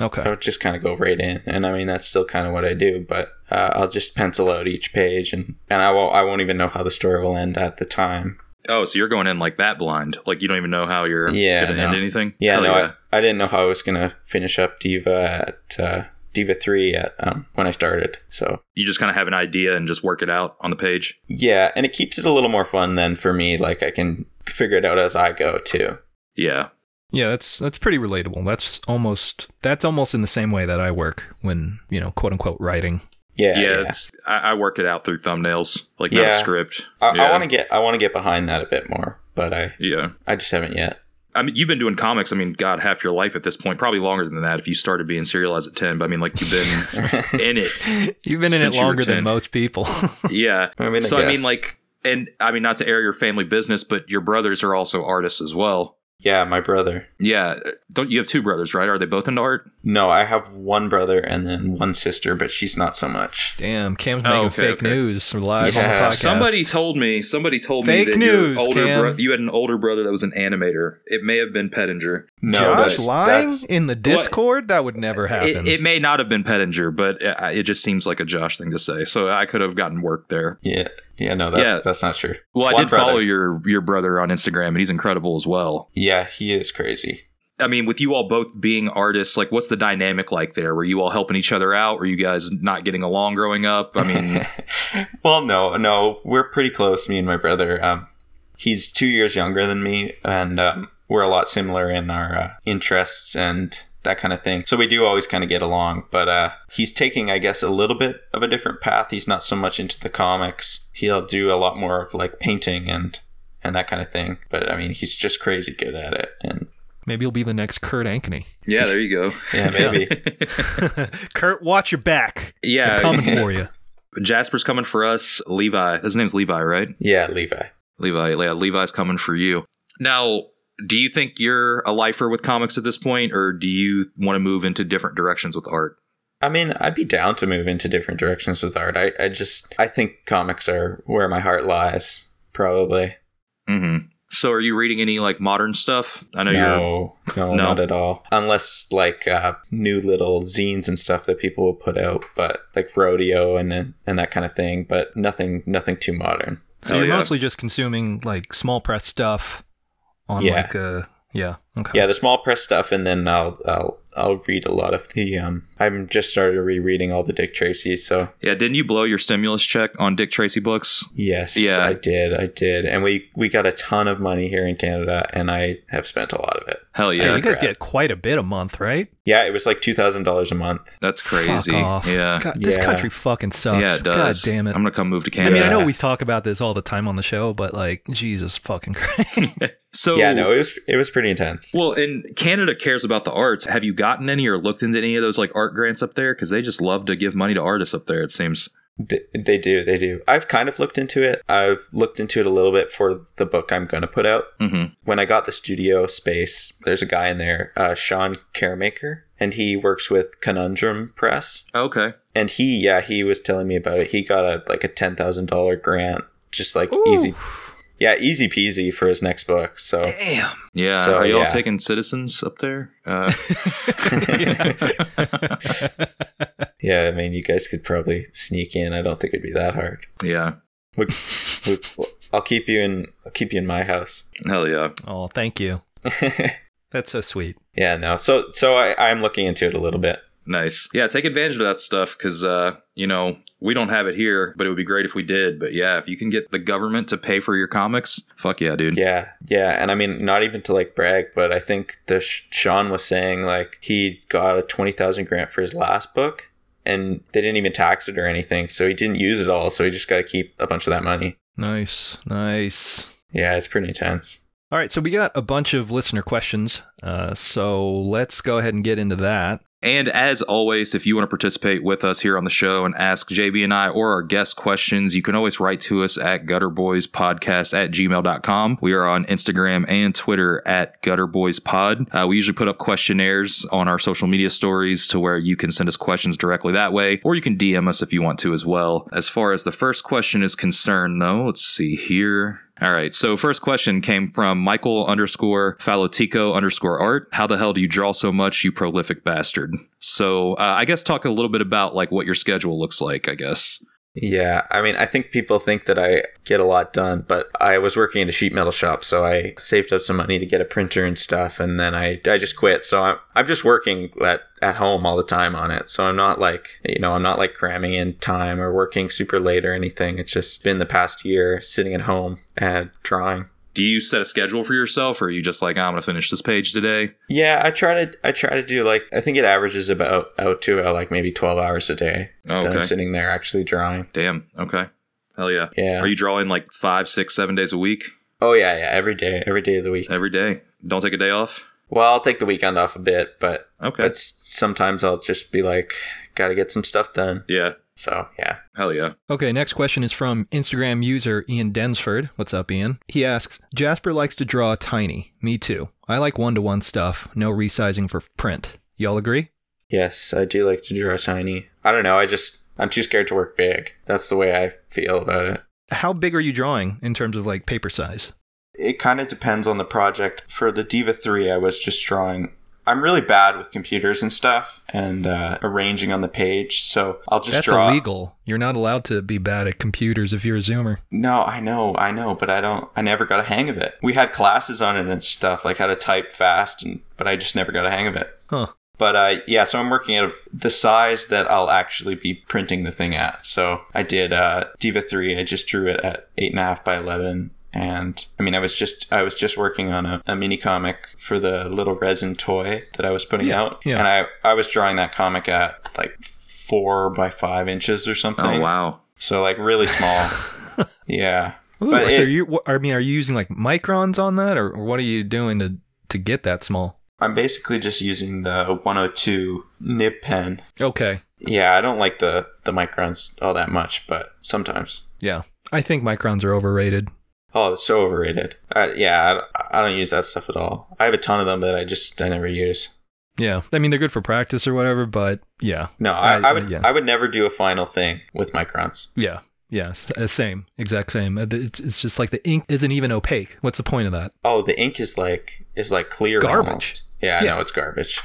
I
Okay.
would just kind of go right in, and I mean that's still kind of what I do. But uh, I'll just pencil out each page, and and I won't I won't even know how the story will end at the time.
Oh, so you're going in like that blind? Like you don't even know how you're
Yeah,
gonna
no.
end anything?
Yeah,
Hell
no, I, I didn't know how I was gonna finish up Diva at uh, Diva three at um, when I started. So
you just kind of have an idea and just work it out on the page.
yeah, and it keeps it a little more fun then for me. Like I can figure it out as I go too.
Yeah,
Yeah, that's that's pretty relatable. That's almost that's almost in the same way that I work when, you know, quote unquote writing.
Yeah,
yeah.
yeah.
It's, I, I work it out through thumbnails, like no
Yeah.
script.
I,
yeah.
I want to get I want to get behind that a bit more, but I
Yeah,
I just haven't yet.
I mean, you've been doing comics. I mean, God, half your life at this point, probably longer than that. If you started being serialized at ten, but I mean, like you've been in it.
You've been in
Since
it
you were
longer
10.
than most people.
Yeah.
I mean, I
so I mean,
guess.
like, and I mean, not to air your family business, but your brothers are also artists as well.
Yeah, my brother.
Yeah, don't you have two brothers, right? Are they both into art?
No, I have one brother and then one sister, but she's not so much.
Damn, Cam's
Oh,
making
okay,
fake
okay.
news live on the
Yeah.
podcast.
Somebody told me. Somebody told
Fake
me that
news,
your older
Cam.
bro- you had an older brother that was an animator. It may have been Pettinger.
No,
Josh
that's-
lying
that's-
in the Discord? That would never happen.
It, it may not have been Pettinger, but it, it just seems like a Josh thing to say. So I could have gotten work there.
yeah, yeah, no, that's
Yeah.
that's not true.
Well, I
One
did
brother.
follow your your brother on Instagram, and he's incredible as well.
Yeah, he is crazy.
I mean, with you all both being artists, like, what's the dynamic like there? Were you all helping each other out? Were you guys not getting along growing up? I mean,
well, no, no, we're pretty close. Me and my brother. Um, he's two years younger than me, and um, we're a lot similar in our uh, interests and that kind of thing. So we do always kind of get along, but uh, he's taking, I guess, a little bit of a different path. He's not so much into the comics. He'll do a lot more of like painting and and that kind of thing. But I mean, he's just crazy good at it, and
Maybe you'll be the next Kurt Ankeny.
Yeah, there you go.
yeah, maybe
Kurt, watch your back.
Yeah.
They're coming for you.
Jasper's coming for us. Levi, his name's Levi, right?
yeah, Levi.
Levi, yeah, Levi's coming for you. Now, do you think you're a lifer with comics at this point, or do you want to move into different directions with art?
I mean, I'd be down to move into different directions with art. I, I just I think comics are where my heart lies, probably.
Mm-hmm. So, are you reading any like modern stuff? I know you're.
No, no,
No.
not at all. Unless like uh, new little zines and stuff that people will put out, but like rodeo and and that kind of thing. But nothing, nothing too modern.
So
Hell
you're
yeah.
mostly just consuming like small press stuff on
Yeah.
like a yeah. Okay.
Yeah, the small press stuff, and then I'll I'll I'll read a lot of the. Um, I'm just started rereading all the Dick Tracy, so
Yeah, didn't you blow your stimulus check on Dick Tracy books?
Yes,
Yeah.
I did. I did. And we we got a ton of money here in Canada and I have spent a lot of it.
Hell
Hey,
yeah,
you guys
crap.
get quite a bit a month, right?
Yeah, it was like $2,000 a month.
that's crazy.
Fuck off.
Yeah,
God, this
Yeah.
country fucking sucks.
yeah, it does.
God damn it.
I'm gonna come move to
I
Canada.
mean, I know we talk about this all the time on the show, but like, Jesus fucking Christ.
So
yeah, no, it was it was pretty intense.
Well, and Canada cares about the arts. Have you gotten any or looked into any of those like art grants up there? Because they just love to give money to artists up there. It seems.
Th- they do, they do. I've kind of looked into it. I've looked into it a little bit for the book I'm going to put out.
hmm
When I got the studio space, there's a guy in there, uh, Sean Caremaker, and he works with Conundrum Press.
Okay.
and he yeah he was telling me about it he got a like a $10000 grant just like easy yeah easy peasy for his next book so
damn.
Yeah.
So,
Are y'all
yeah.
taking citizens up there? Uh,
yeah i mean you guys could probably sneak in i don't think it'd be that hard
yeah.
we, we, i'll keep you in i'll keep you in my house
Hell yeah.
Oh, thank you. That's so sweet.
yeah no so so i i'm looking into it a little bit
Nice. Yeah. Take advantage of that stuff because uh, you know we don't have it here, but it would be great if we did. But yeah, if you can get the government to pay for your comics, fuck yeah, dude.
Yeah, yeah, and I mean, not even to like brag, but I think the Sh- Sean was saying like he got a twenty thousand grant for his last book, and they didn't even tax it or anything, so he didn't use it all. So he just got to keep a bunch of that money.
Nice. Nice.
Yeah, it's pretty intense.
All right, so we got a bunch of listener questions. Uh, so let's go ahead and get into that.
And as always, if you want to participate with us here on the show and ask JB and I or our guest questions, you can always write to us at gutterboyspodcast at gmail.com. We are on Instagram and Twitter at gutterboyspod. Uh, we usually put up questionnaires on our social media stories to where you can send us questions directly that way, or you can DM us if you want to as well. As far as the first question is concerned, though, let's see here. All right. So first question came from Michael underscore Falotico underscore art. How the hell do you draw so much, you prolific bastard? So uh, I guess talk a little bit about like what your schedule looks like. I guess.
Yeah, I mean, I think people think that I get a lot done, but I was working at a sheet metal shop, so I saved up some money to get a printer and stuff, and then I, I just quit. So I'm, I'm just working at, at home all the time on it. So I'm not like, you know, I'm not like cramming in time or working super late or anything. It's just been the past year sitting at home and drawing.
Do you set a schedule for yourself, or are you just like I'm gonna finish this page today?
Yeah, I try to I try to do like I think it averages about out to uh, like maybe 12 hours a day
Oh,
that
okay.
I'm sitting there actually drawing.
Damn. Okay. Hell yeah.
Yeah.
Are you drawing like five, six, seven days a week
Oh yeah, yeah, every day, every day of the week.
every day? Don't take a day off.
Well, I'll take the weekend off a bit, but
Okay.
but s- sometimes I'll just be like, gotta get some stuff done.
yeah.
So yeah,
Hell yeah.
Okay, next question is from Instagram user Ian Densford. What's up, Ian? He asks Jasper likes to draw tiny. Me too. I like one to one stuff, no resizing for print. Y'all agree?
yes, I do like to draw tiny. I don't know. I just I'm too scared to work big. That's the way I feel about it.
How big are you drawing in terms of like paper size?
It kind of depends on the project. For the Diva Three, I was just drawing. I'm really bad with computers and stuff and uh, arranging on the page, so I'll just
That's
draw.
illegal. You're not allowed to be bad at computers if you're a Zoomer.
No, I know, I know, but I don't. I never got a hang of it. We had classes on it and stuff, like how to type fast, and but I just never got a hang of it.
Huh.
But uh, yeah, so I'm working at the size that I'll actually be printing the thing at. So I did uh, Diva 3, I just drew it at 8.5 by 11. and I mean, I was just I was just working on a, a mini comic for the little resin toy that I was putting out,
yeah.
and I I was drawing that comic at like four by five inches or something.
Oh wow.
So like really small. yeah.
Ooh,
But
so
it-
you, wh- I mean, are you using like microns on that, or, or what are you doing to to get that small?
I'm basically just using the 102 nib pen.
Okay,
Yeah, I don't like the the microns all that much, but sometimes.
yeah, I think microns are overrated.
Oh, it's so overrated. Uh, yeah, I, I don't use that stuff at all. I have a ton of them that I just I never use.
Yeah, I mean they're good for practice or whatever, but yeah,
No, I,
I-
I, would
yeah.
I would never do a final thing with microns.
yeah, yeah, s- uh, same, exact same. Uh, th- It's it's just like the ink isn't even opaque. What's the point of that?
Oh, the ink is like is like clear
Garbage.
almost. Yeah, I
Yeah.
know it's garbage.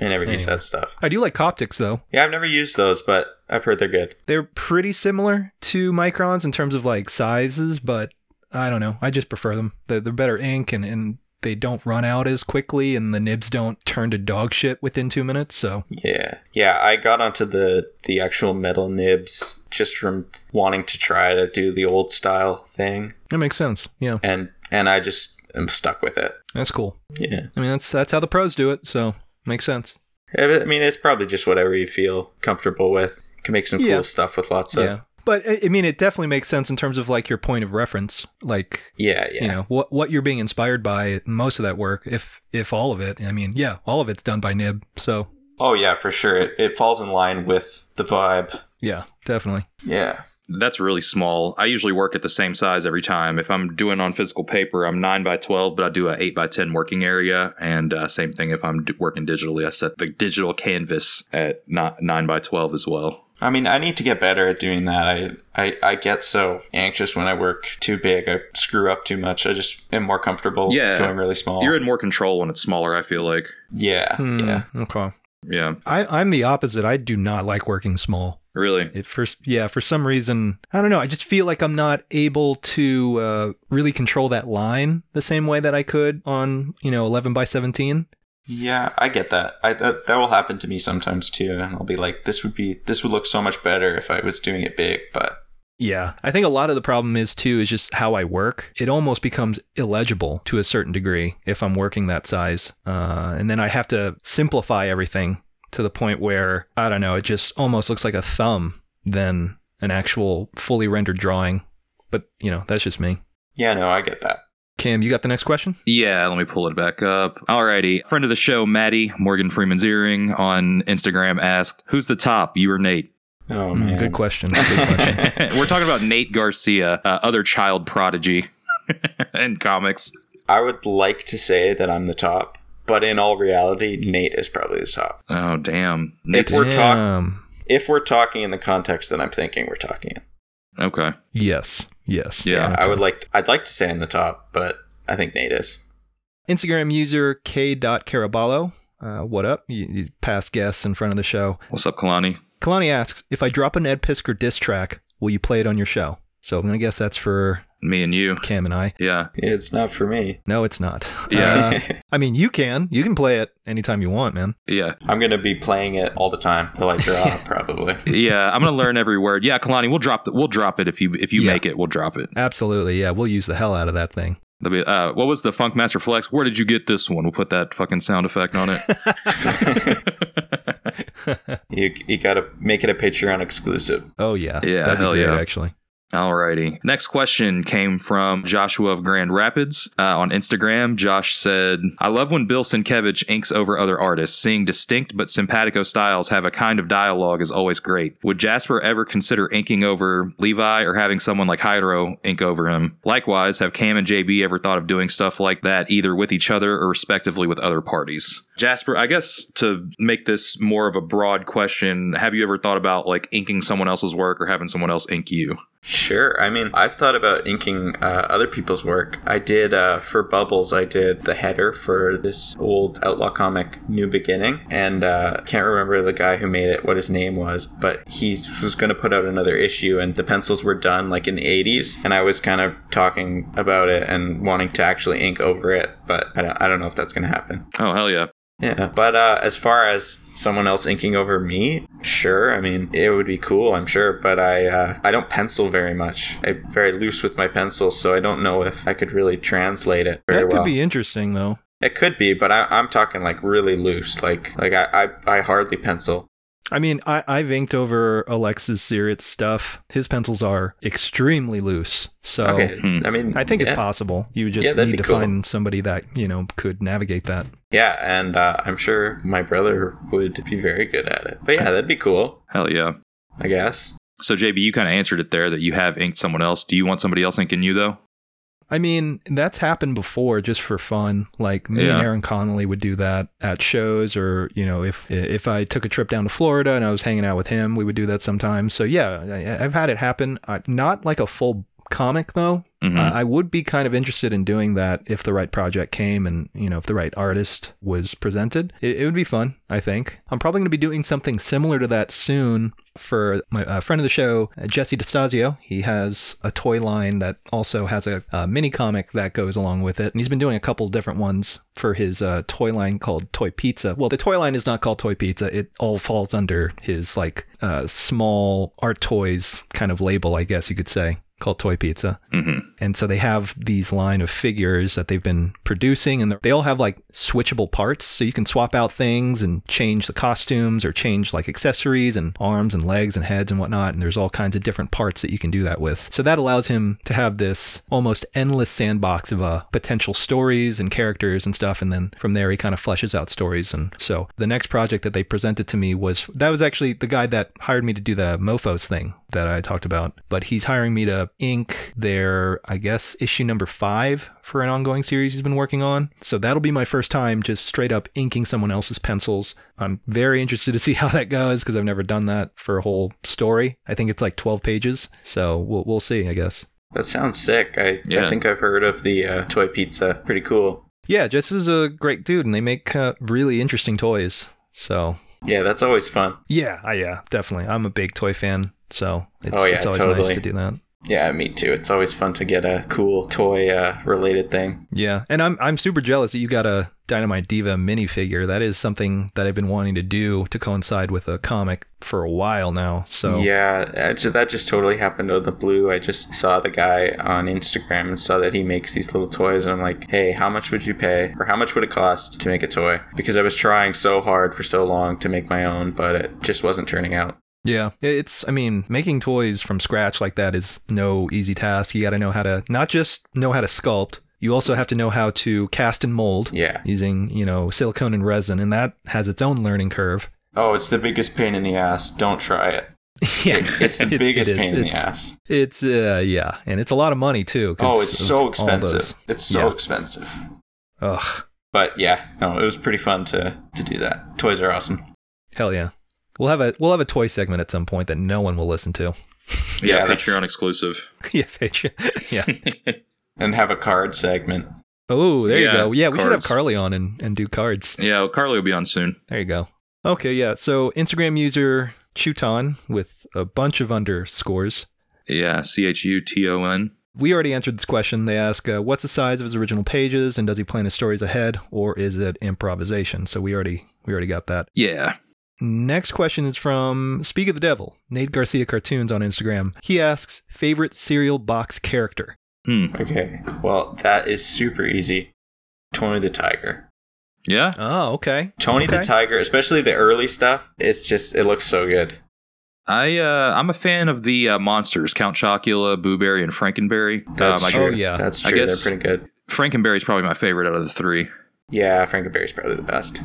I never use
Anyway.
that stuff.
I do like Coptics though.
Yeah, I've never used those, but I've heard they're good.
They're pretty similar to microns in terms of like sizes, but I don't know. I just prefer them. They're, they're better ink and and they don't run out as quickly, and the nibs don't turn to dog shit within two minutes. So
Yeah, yeah. I got onto the the actual metal nibs just from wanting to try to do the old style thing,
that makes sense. Yeah,
and and I just am stuck with it.
that's cool.
Yeah,
I mean that's that's how the pros do it. So makes sense.
I I mean it's probably just whatever you feel comfortable with. You can make some
Yeah.
cool stuff with lots of
yeah. But I I mean, it definitely makes sense in terms of like your point of reference, like
yeah, yeah.
you know what what you're being inspired by. Most of that work, if if all of it, I mean, yeah, all of it's done by Nib. So
Oh yeah, for sure. It, it falls in line with the vibe.
yeah, definitely.
Yeah.
That's really small. I usually work at the same size every time. If I'm doing on physical paper, I'm 9 by 12, but I do a 8 by 10 working area. And uh, same thing if I'm d- working digitally, I set the digital canvas at not 9 by 12 as well.
I mean, I need to get better at doing that. I, I, I get so anxious when I work too big. I screw up too much. I just am more comfortable
Yeah.
going really small.
You're in more control when it's smaller, I feel like.
yeah, yeah.
Hmm, Okay.
Yeah,
I, I'm the opposite. I do not like working small.
really.
It first, yeah, for some reason, I don't know. I just feel like I'm not able to uh, really control that line the same way that I could on, you know, 11 by 17.
Yeah, I get that. I that, that will happen to me sometimes too, and I'll be like, this would be this would look so much better if I was doing it big, but
Yeah. I think a lot of the problem is too is just how I work. It almost becomes illegible to a certain degree if I'm working that size. Uh, and then I have to simplify everything to the point where, I don't know, it just almost looks like a thumb than an actual fully rendered drawing. But, you know, that's just me.
yeah, no, I get that.
Cam, you got the next question?
Yeah, let me pull it back up. Alrighty. Friend of the show, Maddie, Morgan Freeman's Earring on Instagram asked, Who's the top, you or Nate?
Oh
Mm, Good question. Good question.
We're talking about Nate Garcia, uh, other child prodigy in comics.
I would like to say that I'm the top, but in all reality, Nate is probably the top.
Oh, damn.
If
Nate's,
we're talking,
Um,
if we're talking in the context that I'm thinking we're talking in,
okay.
yes. Yes.
Yeah.
I would like, I'd like to say I'm the top, but I think Nate is.
Instagram user k.caraballo. Uh, what up? You, you past guests in front of the show.
What's up, Kalani?
Kalani asks, if I drop an Ed Pisker diss track, will you play it on your show? So I'm going to guess that's for
Me and you.
Cam and I.
Yeah.
It's not for me.
No, it's not.
Yeah.
Uh, I mean, you can. You can play it anytime you want, man.
Yeah.
I'm gonna be playing it all the time till I draw, probably.
Yeah. I'm gonna learn every word. Yeah, Kalani, we'll drop the, we'll drop it if you if you
Yeah.
make it, we'll drop it.
Absolutely. Yeah, we'll use the hell out of that thing.
That'll be- uh, what was the Funk Master Flex? Where did you get this one? We'll put that fucking sound effect on it.
You you gotta make it a Patreon exclusive.
Oh, yeah.
Yeah,
That'd be
hell
great,
yeah.
actually.
Alrighty. Next question came from Joshua of Grand Rapids uh, on Instagram. Josh said, "I love when Bill Sienkiewicz inks over other artists. Seeing distinct but simpatico styles have a kind of dialogue is always great. Would Jasper ever consider inking over Levi or having someone like Hydro ink over him? Likewise, have Cam and JB ever thought of doing stuff like that either with each other or respectively with other parties?" Jasper, I guess to make this more of a broad question, have you ever thought about like inking someone else's work or having someone else ink you?
Sure. I mean, I've thought about inking uh, other people's work. I did uh, for Bubbles. I did the header for this old outlaw comic, New Beginning, and uh, can't remember the guy who made it, what his name was, but he was going to put out another issue, and the pencils were done like in the '80s, and I was kind of talking about it and wanting to actually ink over it, but I don't, I don't know if that's going to happen.
Oh hell yeah!
Yeah, but uh, as far as someone else inking over me, sure. I mean, it would be cool, I'm sure. But I, uh, I don't pencil very much. I'm very loose with my pencil, so I don't know if I could really translate it very
that could
well.
be interesting though.
It could be, but I, I'm talking like really loose. Like, like I, I, I hardly pencil.
I mean, I, I've inked over Alexis Sirit's stuff. His pencils are extremely loose, so
okay,
hmm.
I mean,
I think it's
yeah.
possible. You would
Yeah,
just
that'd
need to
be cool.
find somebody that you know could navigate that.
Yeah, and uh, I'm sure my brother would be very good at it. But yeah, that'd be cool,
Hell yeah.
I guess.
So JB, you kind of answered it there that you have inked someone else. Do you want somebody else inking you though?
I mean, that's happened before just for fun. Like me and
Yeah.
Aaron Connolly would do that at shows or, you know, if if I took a trip down to Florida and I was hanging out with him, we would do that sometimes. So yeah, I, I've had it happen. I, not like a full comic though.
Mhm.
I I would be kind of interested in doing that if the right project came and, you know, if the right artist was presented. It, it would be fun, I think. I'm probably going to be doing something similar to that soon for my uh, friend of the show, uh, Jesse DeStasio. He has a toy line that also has a, uh mini comic that goes along with it. And he's been doing a couple different ones for his uh, toy line called Toy Pizza. Well, the toy line is not called Toy Pizza, it all falls under his, like, uh, small art toys kind of label, I guess you could say, called Toy Pizza. And so they have these line of figures that they've been producing, and they all have like switchable parts. So you can swap out things and change the costumes or change like accessories and arms and legs and heads and whatnot. And there's all kinds of different parts that you can do that with. So that allows him to have this almost endless sandbox of uh, potential stories and characters and stuff. And then from there, he kind of fleshes out stories. And so the next project that they presented to me was that was actually the guy that hired me to do the Mofos thing that I talked about. But he's hiring me to ink their, I guess, issue number five for an ongoing series he's been working on. So that'll be my first time just straight up inking someone else's pencils. I'm very interested to see how that goes because I've never done that for a whole story. I think it's like 12 pages. So we'll, we'll see, I guess.
That sounds sick. I, I
Yeah.
think I've heard of the uh, toy pizza. Pretty cool.
Yeah, Jess is a great dude and they make uh, really interesting toys. So
Yeah, that's always fun.
yeah, I, yeah, definitely. I'm a big toy fan. So it's,
Oh, yeah,
it's always nice
totally.
to do that.
Yeah, me too. It's always fun to get a cool toy uh, related thing.
Yeah, and I'm I'm super jealous that you got a Dynamite Diva minifigure. That is something that I've been wanting to do to coincide with a comic for a while now. So
Yeah, that ju- that just totally happened out of the blue. I just saw the guy on Instagram and saw that he makes these little toys, and I'm like, hey, how much would you pay, or how much would it cost to make a toy? Because I was trying so hard for so long to make my own, but it just wasn't turning out.
yeah, it's I mean making toys from scratch like that is no easy task. You got to know how to not just know how to sculpt, you also have to know how to cast and mold
Yeah.
using you know silicone and resin, and that has its own learning curve.
Oh, it's the biggest pain in the ass. Don't try it.
yeah,
It's the
it- it
biggest
is.
pain in the
It's-
ass.
It's uh, yeah, and it's a lot of money too. 'cause
Oh, it's
of
so
all those.
expensive. It's so
Yeah.
expensive.
Ugh.
But yeah, no, it was pretty fun to to do that. Toys are awesome.
Hell yeah. We'll have a we'll have a toy segment at some point that no one will listen to.
Yeah,
Yeah,
that's-
Patreon exclusive.
yeah, Patreon. Yeah.
And have a card segment.
Oh, there
Yeah,
you go. Yeah, we should have
cards.
Carly on and, and do cards.
Yeah, well, Carly will be on soon.
There you go. Okay, yeah. So Instagram user Chuton with a bunch of underscores.
Yeah, C H U T O N.
We already answered this question. They ask, uh, what's the size of his original pages, and does he plan his stories ahead, or is it improvisation? So we already we already got that.
Yeah.
Next question is from Speak of the Devil, Nate Garcia Cartoons on Instagram. He asks, favorite cereal box character.
Hmm.
Okay. Well, that is super easy. Tony the Tiger.
Yeah.
Oh, okay.
Tony the
Okay.
Tiger, especially the early stuff, it's just it looks so good.
I uh, I'm a fan of the uh, monsters Count Chocula, Boo Berry, and Frankenberry.
That's
um, I-
true.
Oh, yeah.
That's
I
true.
guess-
They're pretty good.
Frankenberry is probably my favorite out of the three.
Yeah, Frankenberry's probably the best.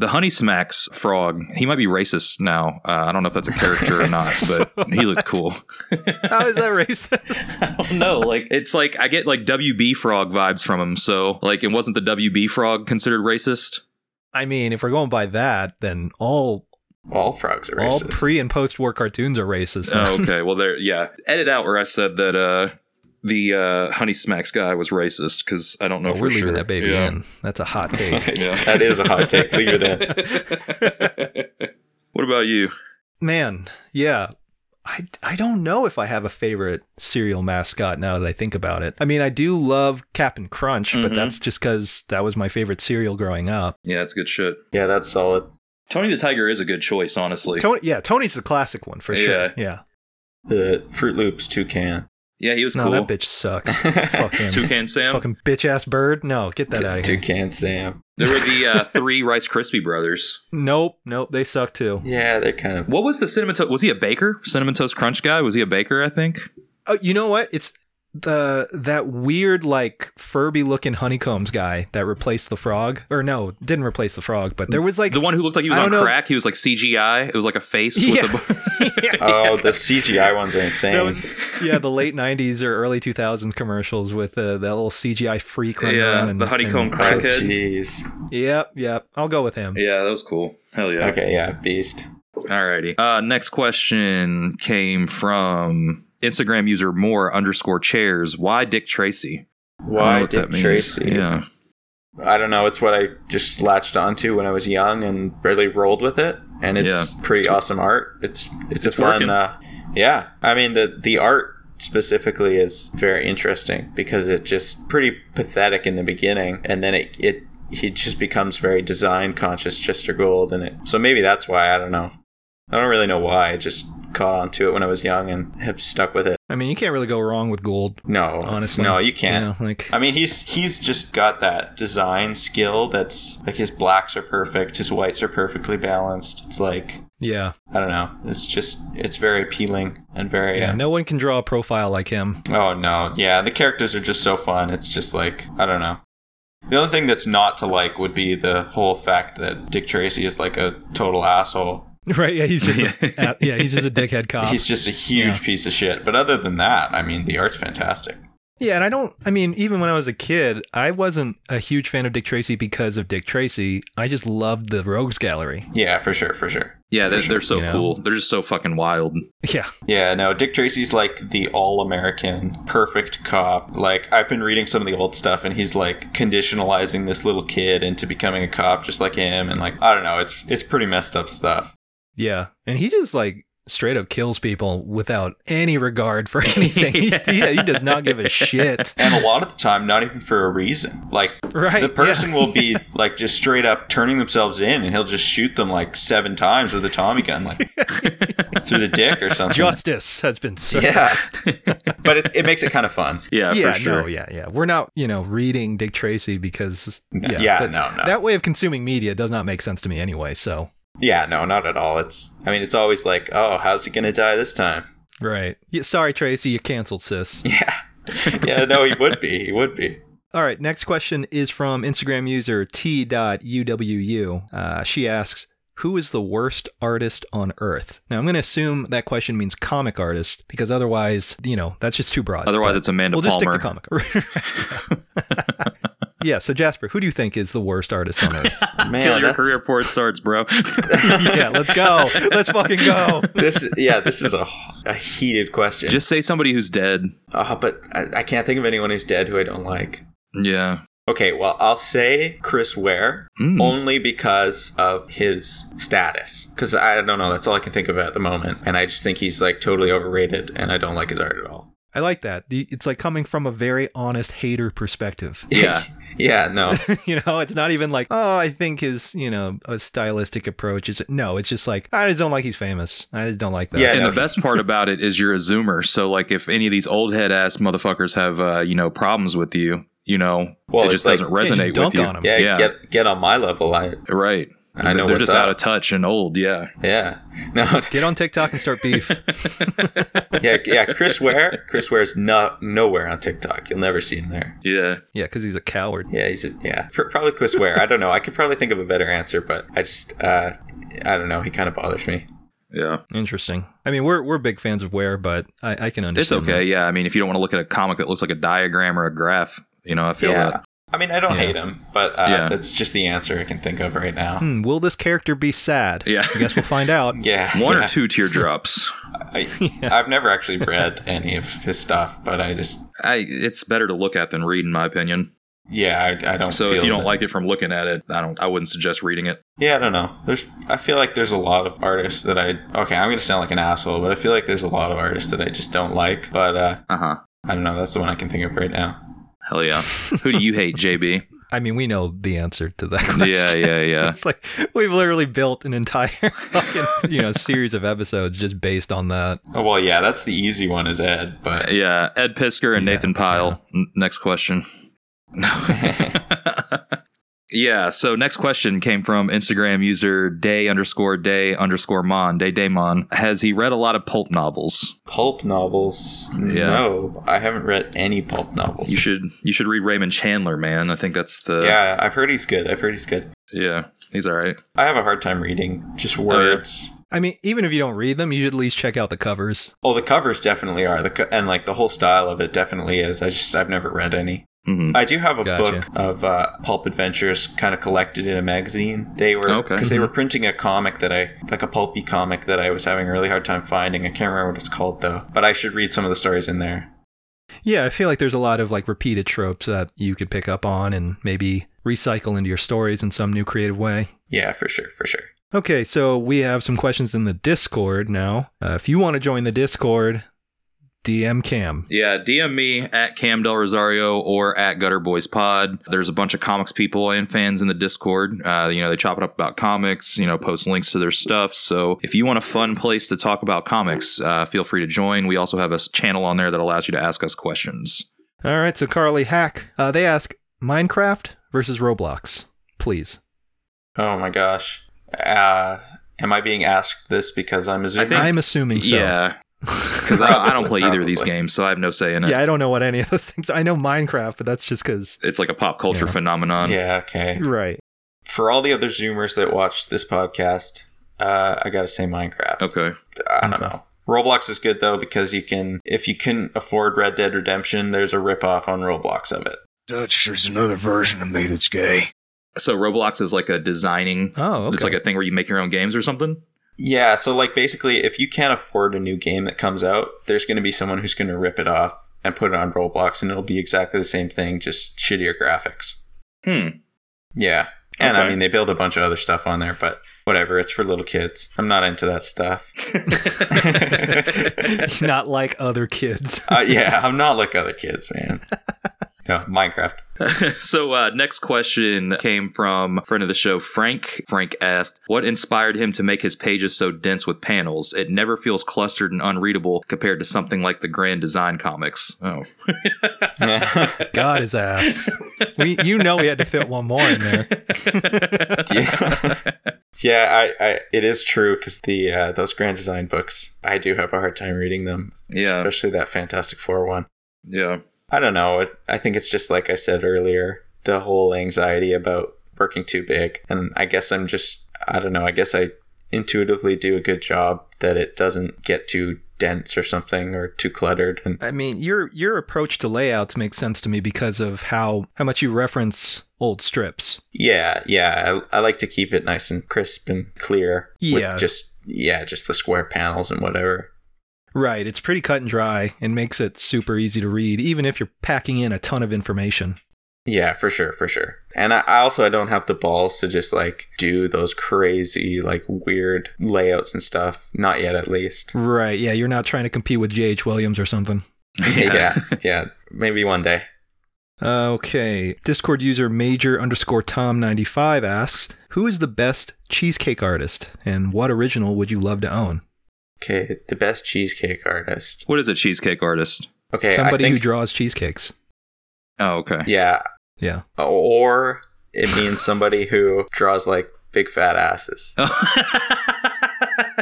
The Honey Smacks frog. He might be racist now. Uh, I don't know if that's a character or not, but he looked cool.
How is that racist?
I don't know. Like it's like I get like WB frog vibes from him. So like it wasn't the WB frog considered racist.
I mean, if we're going by that, then all
All frogs are
all
racist.
pre and post war cartoons are racist. now.
Oh, okay. Well, there. Yeah. Edit out where I said that uh, the uh, Honey Smacks guy was racist because I don't know
Oh,
for
we're leaving
sure.
that baby
Yeah.
in. That's a hot take.
Yeah.
that is a hot take. Leave it in.
what about you?
Man, yeah. I, I don't know if I have a favorite cereal mascot now that I think about it. I mean, I do love Cap'n Crunch, but
Mhm.
that's just because that was my favorite cereal growing up.
Yeah, that's good shit.
Yeah, that's solid.
Tony the Tiger is a good choice, honestly.
Tony, yeah, Tony's the classic one for sure.
Yeah.
Yeah.
The Fruit Loops toucan.
yeah, he was
No,
cool.
that bitch sucks. Fuck him.
Toucan Sam.
Fucking bitch ass bird. No, get that
T-
out of here.
toucan Sam.
There were the uh, three Rice Krispie brothers.
Nope, nope, they suck too.
Yeah, they're kind of.
What was the cinnamon toast? Was he a baker? Cinnamon toast crunch guy? Was he a baker? I think.
Oh, you know what? It's the that weird like Furby looking honeycombs guy that replaced the frog, or no, didn't replace the frog, but there was like
The one who looked like he was
I
on
don't know.
crack. He was like CGI. It was like a face
yeah.
with a.
Oh, the CGI ones are
That
insane.
was- yeah, the late '90s or early 2000s commercials with uh, that little CGI freak running
Yeah,
around. And,
the honeycomb
and-
oh,
crack. crackhead.
jeez.
Yep, yep. I'll go with him.
Yeah, that was cool. Hell yeah.
Okay, yeah, beast.
Alrighty. Uh, next question came from Instagram user more underscore chairs. Why Dick Tracy?
Why
I don't
Dick
know what that means.
Tracy?
Yeah.
I don't know. It's what I just latched onto when I was young and really rolled with it. And it's
Yeah.
pretty awesome art. It's it's,
It's
a fun.
working.
Uh, yeah, I mean the the art specifically is very interesting because it just pretty pathetic in the beginning, and then it it he just becomes very design conscious, Chester Gold, and it. So maybe that's why I don't know. I don't really know why. I just caught onto it when I was young and have stuck with it.
I mean, you can't really go wrong with Gould,
No,
honestly.
no, you can't.
know, like,
I mean, he's he's just got that design skill. That's like his blacks are perfect, his whites are perfectly balanced. It's like
yeah,
I don't know. It's just it's very appealing and very.
yeah.
uh,
No one can draw a profile like him.
Oh no, yeah. The characters are just so fun. It's just like I don't know. The only thing that's not to like would be the whole fact that Dick Tracy is like a total asshole.
Right? Yeah, he's just
Yeah.
a, yeah, he's just a dickhead cop.
He's just a huge
Uh, Yeah.
piece of shit. But other than that, I mean, the art's fantastic.
Yeah, and I don't. I mean, even when I was a kid, I wasn't a huge fan of Dick Tracy because of Dick Tracy. I just loved the Rogues Gallery.
Yeah, for sure, for sure.
Yeah, they're,
For sure,
they're so
you know.
cool. They're just so fucking wild.
Yeah,
Yeah, no, Dick Tracy's like the all American perfect cop. Like, I've been reading some of the old stuff, and he's like conditionalizing this little kid into becoming a cop just like him. And like, I don't know, it's it's pretty messed up stuff.
yeah, and he just like straight up kills people without any regard for anything. He- yeah. He, does not give a shit.
And a lot of the time, not even for a reason. Like,
Right,
the person
yeah.
will be like just straight up turning themselves in, and he'll just shoot them like seven times with a Tommy gun, like through the dick or something.
Justice has been served.
yeah, but it, it makes it kind of fun.
Yeah,
Yeah,
for sure.
no, yeah, yeah. We're not, you know, reading Dick Tracy because yeah,
yeah,
that,
no, no.
that way of consuming media does not make sense to me anyway. So
Yeah, no, not at all. It's, I mean, it's always like, oh, how's he gonna die this time?
right, yeah, sorry Tracy, you canceled, sis.
Yeah. yeah, no, he would be. He would be.
All right, next question is from Instagram user t.uwu. Uh, she asks, who is the worst artist on earth? Now, I'm going to assume that question means comic artist because otherwise, you know, that's just too broad.
Otherwise,
But
it's Amanda
we'll just
Palmer.
stick to comic. yeah, so Jasper, who do you think is the worst artist on earth?
Man,
Kill your
that's-
career before it starts, bro.
yeah, let's go. Let's fucking go.
this yeah, this is a, a heated question.
just say somebody who's dead.
uh, but I, I can't think of anyone who's dead who I don't like.
Yeah.
Okay, well, I'll say Chris Ware
Mm.
only because of his status. Because I don't know, that's all I can think of at the moment, and I just think he's like totally overrated, and I don't like his art at all.
I like that. The- It's like coming from a very honest hater perspective.
Yeah.
yeah, no,
you know, it's not even like, oh, I think his, you know, a stylistic approach is no, it's just like I just don't like he's famous. I just don't like that.
Yeah.
And
no.
the best part about it is you're a zoomer. So, like, if any of these old head ass motherfuckers have, uh, you know, problems with you, you know,
Well,
it just
it's like-
doesn't
Yeah, just
resonate with
dunk
you.
on him.
yeah,
Yeah.
get get on my level. I
Right.
I know
They're
what's
just out of
up.
touch and old. Yeah.
yeah, no,
Get on TikTok and start beef.
yeah, yeah. Chris Ware, Chris Ware's no, nowhere on TikTok. You'll never see him there.
Yeah.
yeah, because he's a coward.
Yeah, he's a, yeah, pr- probably Chris Ware. I don't know. I could probably think of a better answer, but I just uh, I don't know. He kind of bothers me.
Yeah.
Interesting. I mean, we're we're big fans of Ware, but I, I can
It's
understand.
okay. Yeah. I mean, if you don't want to look at a comic that looks like a diagram or a graph, you know, I feel
yeah,
that.
I mean, I don't
Yeah.
hate him, but uh,
Yeah.
that's just the answer I can think of right now.
that. Hmm, will this character be sad?
Yeah.
I guess we'll find out.
Yeah,
One
yeah.
or two teardrops.
I, I've never actually read any of his stuff, but I just
I, it's better to look at than read, in my opinion.
yeah, I, I don't.
So if
feel
you don't
that-
like it from looking at it, I don't. I wouldn't suggest reading it.
Yeah, I don't know. There's, I feel like there's a lot of artists that I. Okay, I'm gonna sound like an asshole, but I feel like there's a lot of artists that I just don't like. But uh,
Uh huh.
I don't know. That's the one I can think of right now.
Hell yeah. Who do you hate, JB?
I mean, we know the answer to that question.
Yeah, yeah, yeah.
It's like we've literally built an entire fucking, you know series of episodes just based on that.
Oh well, yeah, that's the easy one is Ed, but
Yeah, Ed Pisker and
Yeah,
Nathan Pyle. N- Next question. yeah, so next question came from Instagram user day underscore day underscore mon, day day mon. Has he read a lot of pulp novels?
pulp novels.
Yeah.
No, I haven't read any pulp novels.
You should uh, you should read Raymond Chandler, man. I think that's the
Yeah, I've heard he's good. I've heard he's good.
yeah he's all right.
I have a hard time reading just
Oh, yeah.
words.
I mean, even if you don't read them, you should at least check out the covers.
Oh, the covers definitely are the co- and like the whole style of it definitely is. I just I've never read any.
Mhm.
I do have a
Gotcha.
book of uh, pulp adventures, kind of collected in a magazine. They were because
Okay. Mm-hmm.
they were printing a comic that I like a pulpy comic that I was having a really hard time finding. I can't remember what it's called though, but I should read some of the stories in there.
Yeah, I feel like there's a lot of like repeated tropes that you could pick up on and maybe recycle into your stories in some new creative way.
Yeah, for sure, for sure.
Okay, so we have some questions in the Discord now. Uh, if you want to join the Discord, DM Cam.
Yeah, DM me at Cam Del Rosario or at Gutter Boys Pod. There's a bunch of comics people and fans in the Discord. Uh, you know, they chop it up about comics, you know, post links to their stuff. So if you want a fun place to talk about comics, uh, feel free to join. We also have a s- channel on there that allows you to ask us questions.
All right, so Carly Hack, uh, they ask Minecraft versus Roblox, please.
Oh my gosh, uh, am I being asked this because I'm a Zoomer?
I think-
I'm assuming so.
Yeah. Because I, I don't play either of these
Probably.
games, so I have no say in it.
Yeah, I don't know what any of those things. I know Minecraft, but that's just because.
It's like a pop culture
Yeah.
phenomenon.
yeah, okay.
Right.
For all the other Zoomers that watch this podcast, uh, I gotta say Minecraft.
Okay.
I don't
Okay.
know. Roblox is good though because you can if you can afford Red Dead Redemption, there's a ripoff on Roblox of it.
Dutch, there's another version of me that's gay.
So Roblox is like a designing.
Oh, okay.
It's like a thing where you make your own games or something.
Yeah, so like basically if you can't afford a new game that comes out, there's gonna be someone who's gonna rip it off and put it on Roblox and it'll be exactly the same thing, just shittier graphics.
Hmm.
Yeah. And I
Okay.
mean they build a bunch of other stuff on there, but whatever, it's for little kids. I'm not into that stuff.
Not like other kids.
Uh, yeah, I'm not like other kids, man. No, Minecraft.
so uh, next question came from friend of the show frank frank asked what inspired him to make his pages so dense with panels it never feels clustered and unreadable compared to something like the grand design comics oh
God his ass. We, you know, we had to fit one more in there.
yeah, yeah. I, I, it is true because the uh, those grand design books, I do have a hard time reading them.
Yeah.
especially that Fantastic Four one.
yeah
I don't know. It, I think it's just like I said earlier, the whole anxiety about working too big, and I guess I'm just, I don't know. I guess I intuitively do a good job that it doesn't get too dense or something or too cluttered. And
I mean, your your approach to layouts makes sense to me because of how how much you reference old strips.
yeah, yeah, I, I like to keep it nice and crisp and clear.
Yeah.
with just yeah, just the square panels and whatever.
Right, it's pretty cut and dry and makes it super easy to read, even if you're packing in a ton of information.
Yeah, for sure, for sure. And I, I also I don't have the balls to just like do those crazy like weird layouts and stuff. Not yet, at least.
Right, yeah, you're not trying to compete with J.H. Williams or something.
yeah, yeah. Maybe one day.
Okay, Discord user major underscore tom ninety five asks, "Who is the best cheesecake artist, and what original would you love to own?"
Okay, the best cheesecake artist.
what is a cheesecake artist
Okay, I
Somebody who
think-
draws cheesecakes.
oh okay
Yeah,
Yeah.
or it means somebody who draws like big fat asses.
Oh.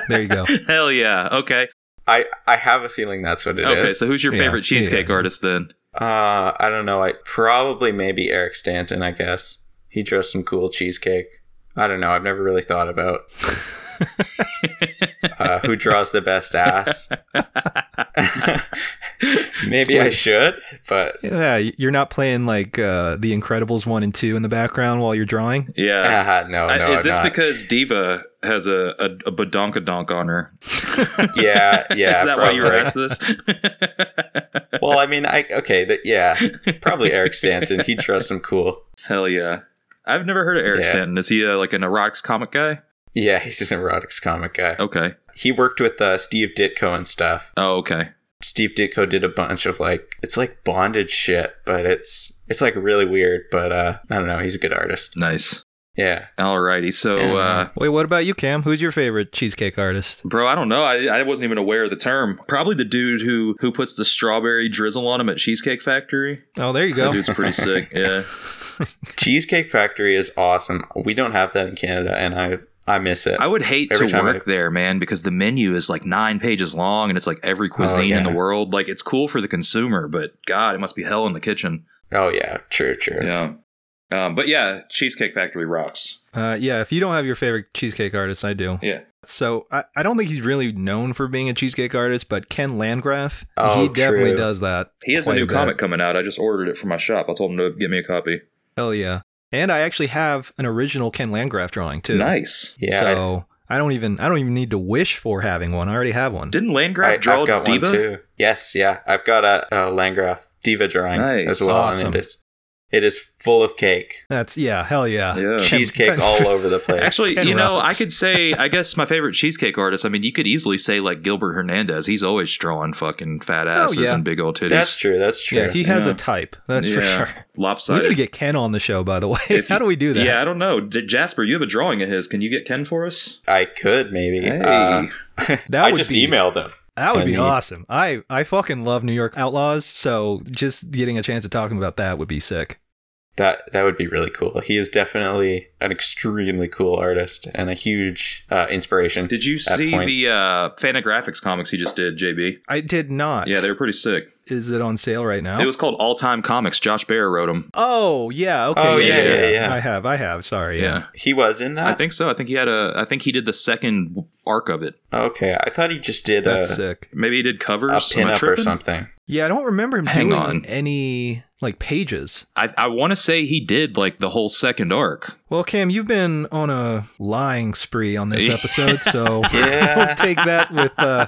There you go.
hell yeah okay
I I have a feeling that's what it is.
okay so who's your
Yeah,
favorite cheesecake
yeah.
artist then
uh, I don't know. I probably maybe Eric Stanton. I guess he draws some cool cheesecake. I don't know. I've never really thought about uh, who draws the best ass. Maybe I should, but
Yeah, you're not playing like uh, the Incredibles one and two in the background while you're drawing.
Yeah.
ah, no,
I-
no.
Uh, is this
not.
because Diva has a a, a badonkadonk on her?
Yeah, yeah.
is that why you were
probably.
asked this?
Well, I mean, I okay, that yeah, probably Eric Stanton. He draws some cool.
Hell yeah! I've never heard of Eric
Yeah.
Stanton. Is he uh, like an erotics comic guy?
Yeah, he's an erotics comic guy.
Okay.
He worked with uh, Steve Ditko and stuff.
Oh, okay.
Steve Ditko did a bunch of like it's like bondage shit, but it's it's like really weird. But uh, I don't know. He's a good artist.
Nice.
Yeah,
Alrighty. So,
Yeah.
uh,
Wait, what about you, Cam? Who's your favorite cheesecake artist?
bro, I don't know. I, I wasn't even aware of the term. Probably the dude who who puts the strawberry drizzle on him at Cheesecake Factory.
Oh, there you
That
go.
dude's pretty sick. Yeah.
Cheesecake Factory is awesome. We don't have that in Canada, and I I miss it.
I would hate
Every
to
time
work
I-
there, man, because the menu is like nine pages long and it's like every cuisine in
Oh, yeah.
the world. Like it's cool for the consumer, but God, it must be hell in the kitchen.
oh yeah, true, true.
Yeah. Um, but yeah, Cheesecake Factory rocks.
Uh, yeah, if you don't have your favorite cheesecake artist, I do.
Yeah.
So I, I don't think he's really known for being a cheesecake artist, but Ken Landgraf,
Oh,
he definitely
true.
does that.
He has
quite
a new
bit.
comic coming out. I just ordered it from my shop. I told him to get me a copy.
Hell yeah. And I actually have an original Ken Landgraf drawing too.
Nice.
Yeah, I-
so I, don't even I don't even need to wish for having one. I already have one.
Didn't Landgraf
I,
draw
I've got
Diva?
one too. Yes, yeah, I've got a, a Landgraf Diva drawing
Nice.
as well.
Awesome.
And it, is, it is full of cake,
That's yeah, hell yeah.
Yeah.
cheesecake all over the place.
Actually,
Ken
you know,
rocks.
I could say, I guess my favorite cheesecake artist. I mean, you could easily say like Gilbert Hernandez. He's always drawing fucking fat asses
Oh, yeah.
and big old titties.
that's true. That's true.
Yeah, he has
Yeah.
a type. That's for
Yeah.
sure. We
Lopsided.
need to get Ken on the show, by the way.
If
How
you-
do we do that?
Yeah, I don't know. J- Jasper, you have a drawing of his. Can you get Ken for us?
I could maybe.
Hey.
Uh,
That
I
would
just
be-
emailed him.
That would
I
be
mean-
awesome. I I fucking love New York Outlaws, so just getting a chance of talking about that would be sick.
That that would be really cool. He is definitely an extremely cool artist and a huge uh, inspiration.
Did you
at
see
points.
the uh, Fanagraphics comics he just did, JB?
I did not.
Yeah, they were pretty sick.
Is it on sale right now?
It was called All Time Comics. Josh Bear wrote them.
Oh yeah. Okay.
Oh, yeah, yeah, yeah.
I have. I have. Sorry.
Yeah.
he was in that?
I think so. I think he had a. I think he did the second arc of it.
Okay, I thought he just did a,
That's sick.
Maybe he did
a
covers. Am I
pinup or
tripping?
something.
Uh, Yeah, I don't remember him
Hang
doing
on.
any like pages.
I, I want to say he did like the whole second arc.
Well, Cam, you've been on a lying spree on this episode, so
Yeah.
we'll take that with uh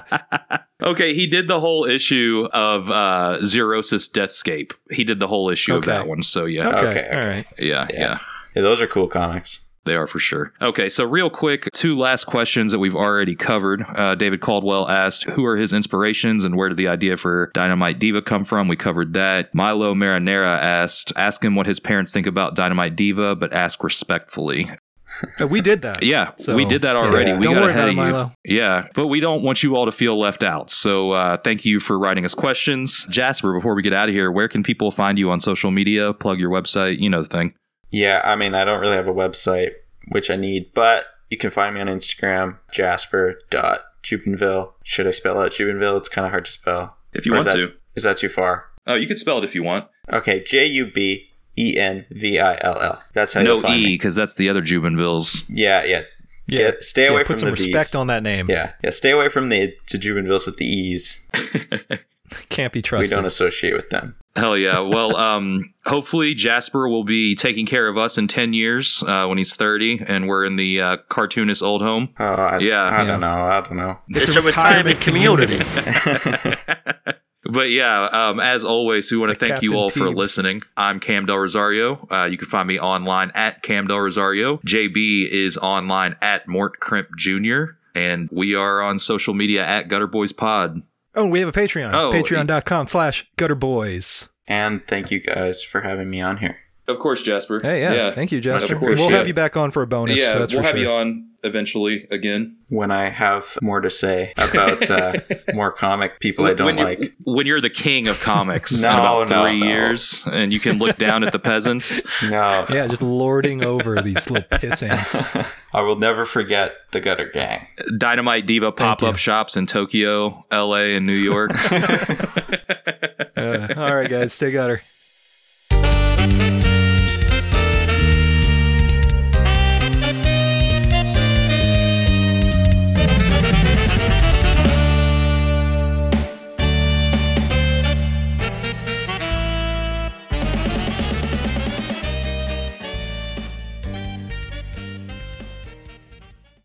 Okay, he did the whole issue of uh Zerosis Deathscape. He did the whole issue of
Okay.
that one. So yeah,
okay,
okay.
All right.
yeah,
Yeah.
yeah.
Yeah, those are cool comics.
They are for sure. Okay, so real quick, two last questions that we've already covered. Uh, David Caldwell asked, "Who are his inspirations and where did the idea for Dynamite Diva come from?" We covered that. Milo Marinera asked, "Ask him what his parents think about Dynamite Diva, but ask respectfully."
Uh, We did that.
Yeah,
So-
we did that already.
Yeah.
We
Don't
got
worry
ahead
about
of
it,
you.
Milo.
Yeah, but we don't want you all to feel left out. So uh, thank you for writing us questions, Jasper. Before we get out of here, where can people find you on social media? Plug your website, you know the thing.
Yeah, I mean, I don't really have a website, which I need, but you can find me on Instagram, jasper.jubinville. Should I spell out Jubinville? It's kind of hard to spell.
If you
Or is
want
that-
to.
Is that too far?
Oh, you could spell it if you want.
Okay, J U B E N V I L L. That's how you'll
no
find
E,
me.
because that's the other Jubenvilles.
Yeah, yeah. Get, stay
Yeah,
away from
put some
the V's.
respect on that name.
Yeah, yeah. Stay away from the to Jubinvilles with the E's.
Can't be
We
trusted.
don't associate with them.
Hell yeah. Well, um, hopefully Jasper will be taking care of us in 10 years uh, when he's 30 and we're in the uh, cartoonist old home.
Oh, I,
Yeah.
I
Yeah.
don't know. I don't know.
it's a retirement community.
But yeah, um, as always, we want to
The
thank you
Captain
all for
Teebs.
listening. I'm Cam Del Rosario. Uh, you can find me online at Cam Del Rosario. JB is online at Mort Crimp Jr. And we are on social media at Gutter Boys Pod.
Oh, we have a Patreon.
Oh, y-
Patreon.com slash gutter boys.
And thank you guys for having me on here.
Of course, Jasper.
Hey, yeah. Thank you, Jasper.
course,
we'll
yeah.
have you back on for a bonus.
yeah,
that's
we'll
for
have
sure.
you on eventually again.
When I have more to say about uh, more comic people I don't
when
like.
You're, when you're the king of comics
No,
in about
no,
three
no.
years, and you can look down at the peasants.
No,
Yeah, just lording over these little piss ants.
I will never forget the Gutter Gang.
Dynamite Diva pop up shops in Tokyo, LA, and New York.
Uh, all right, guys. Stay gutter.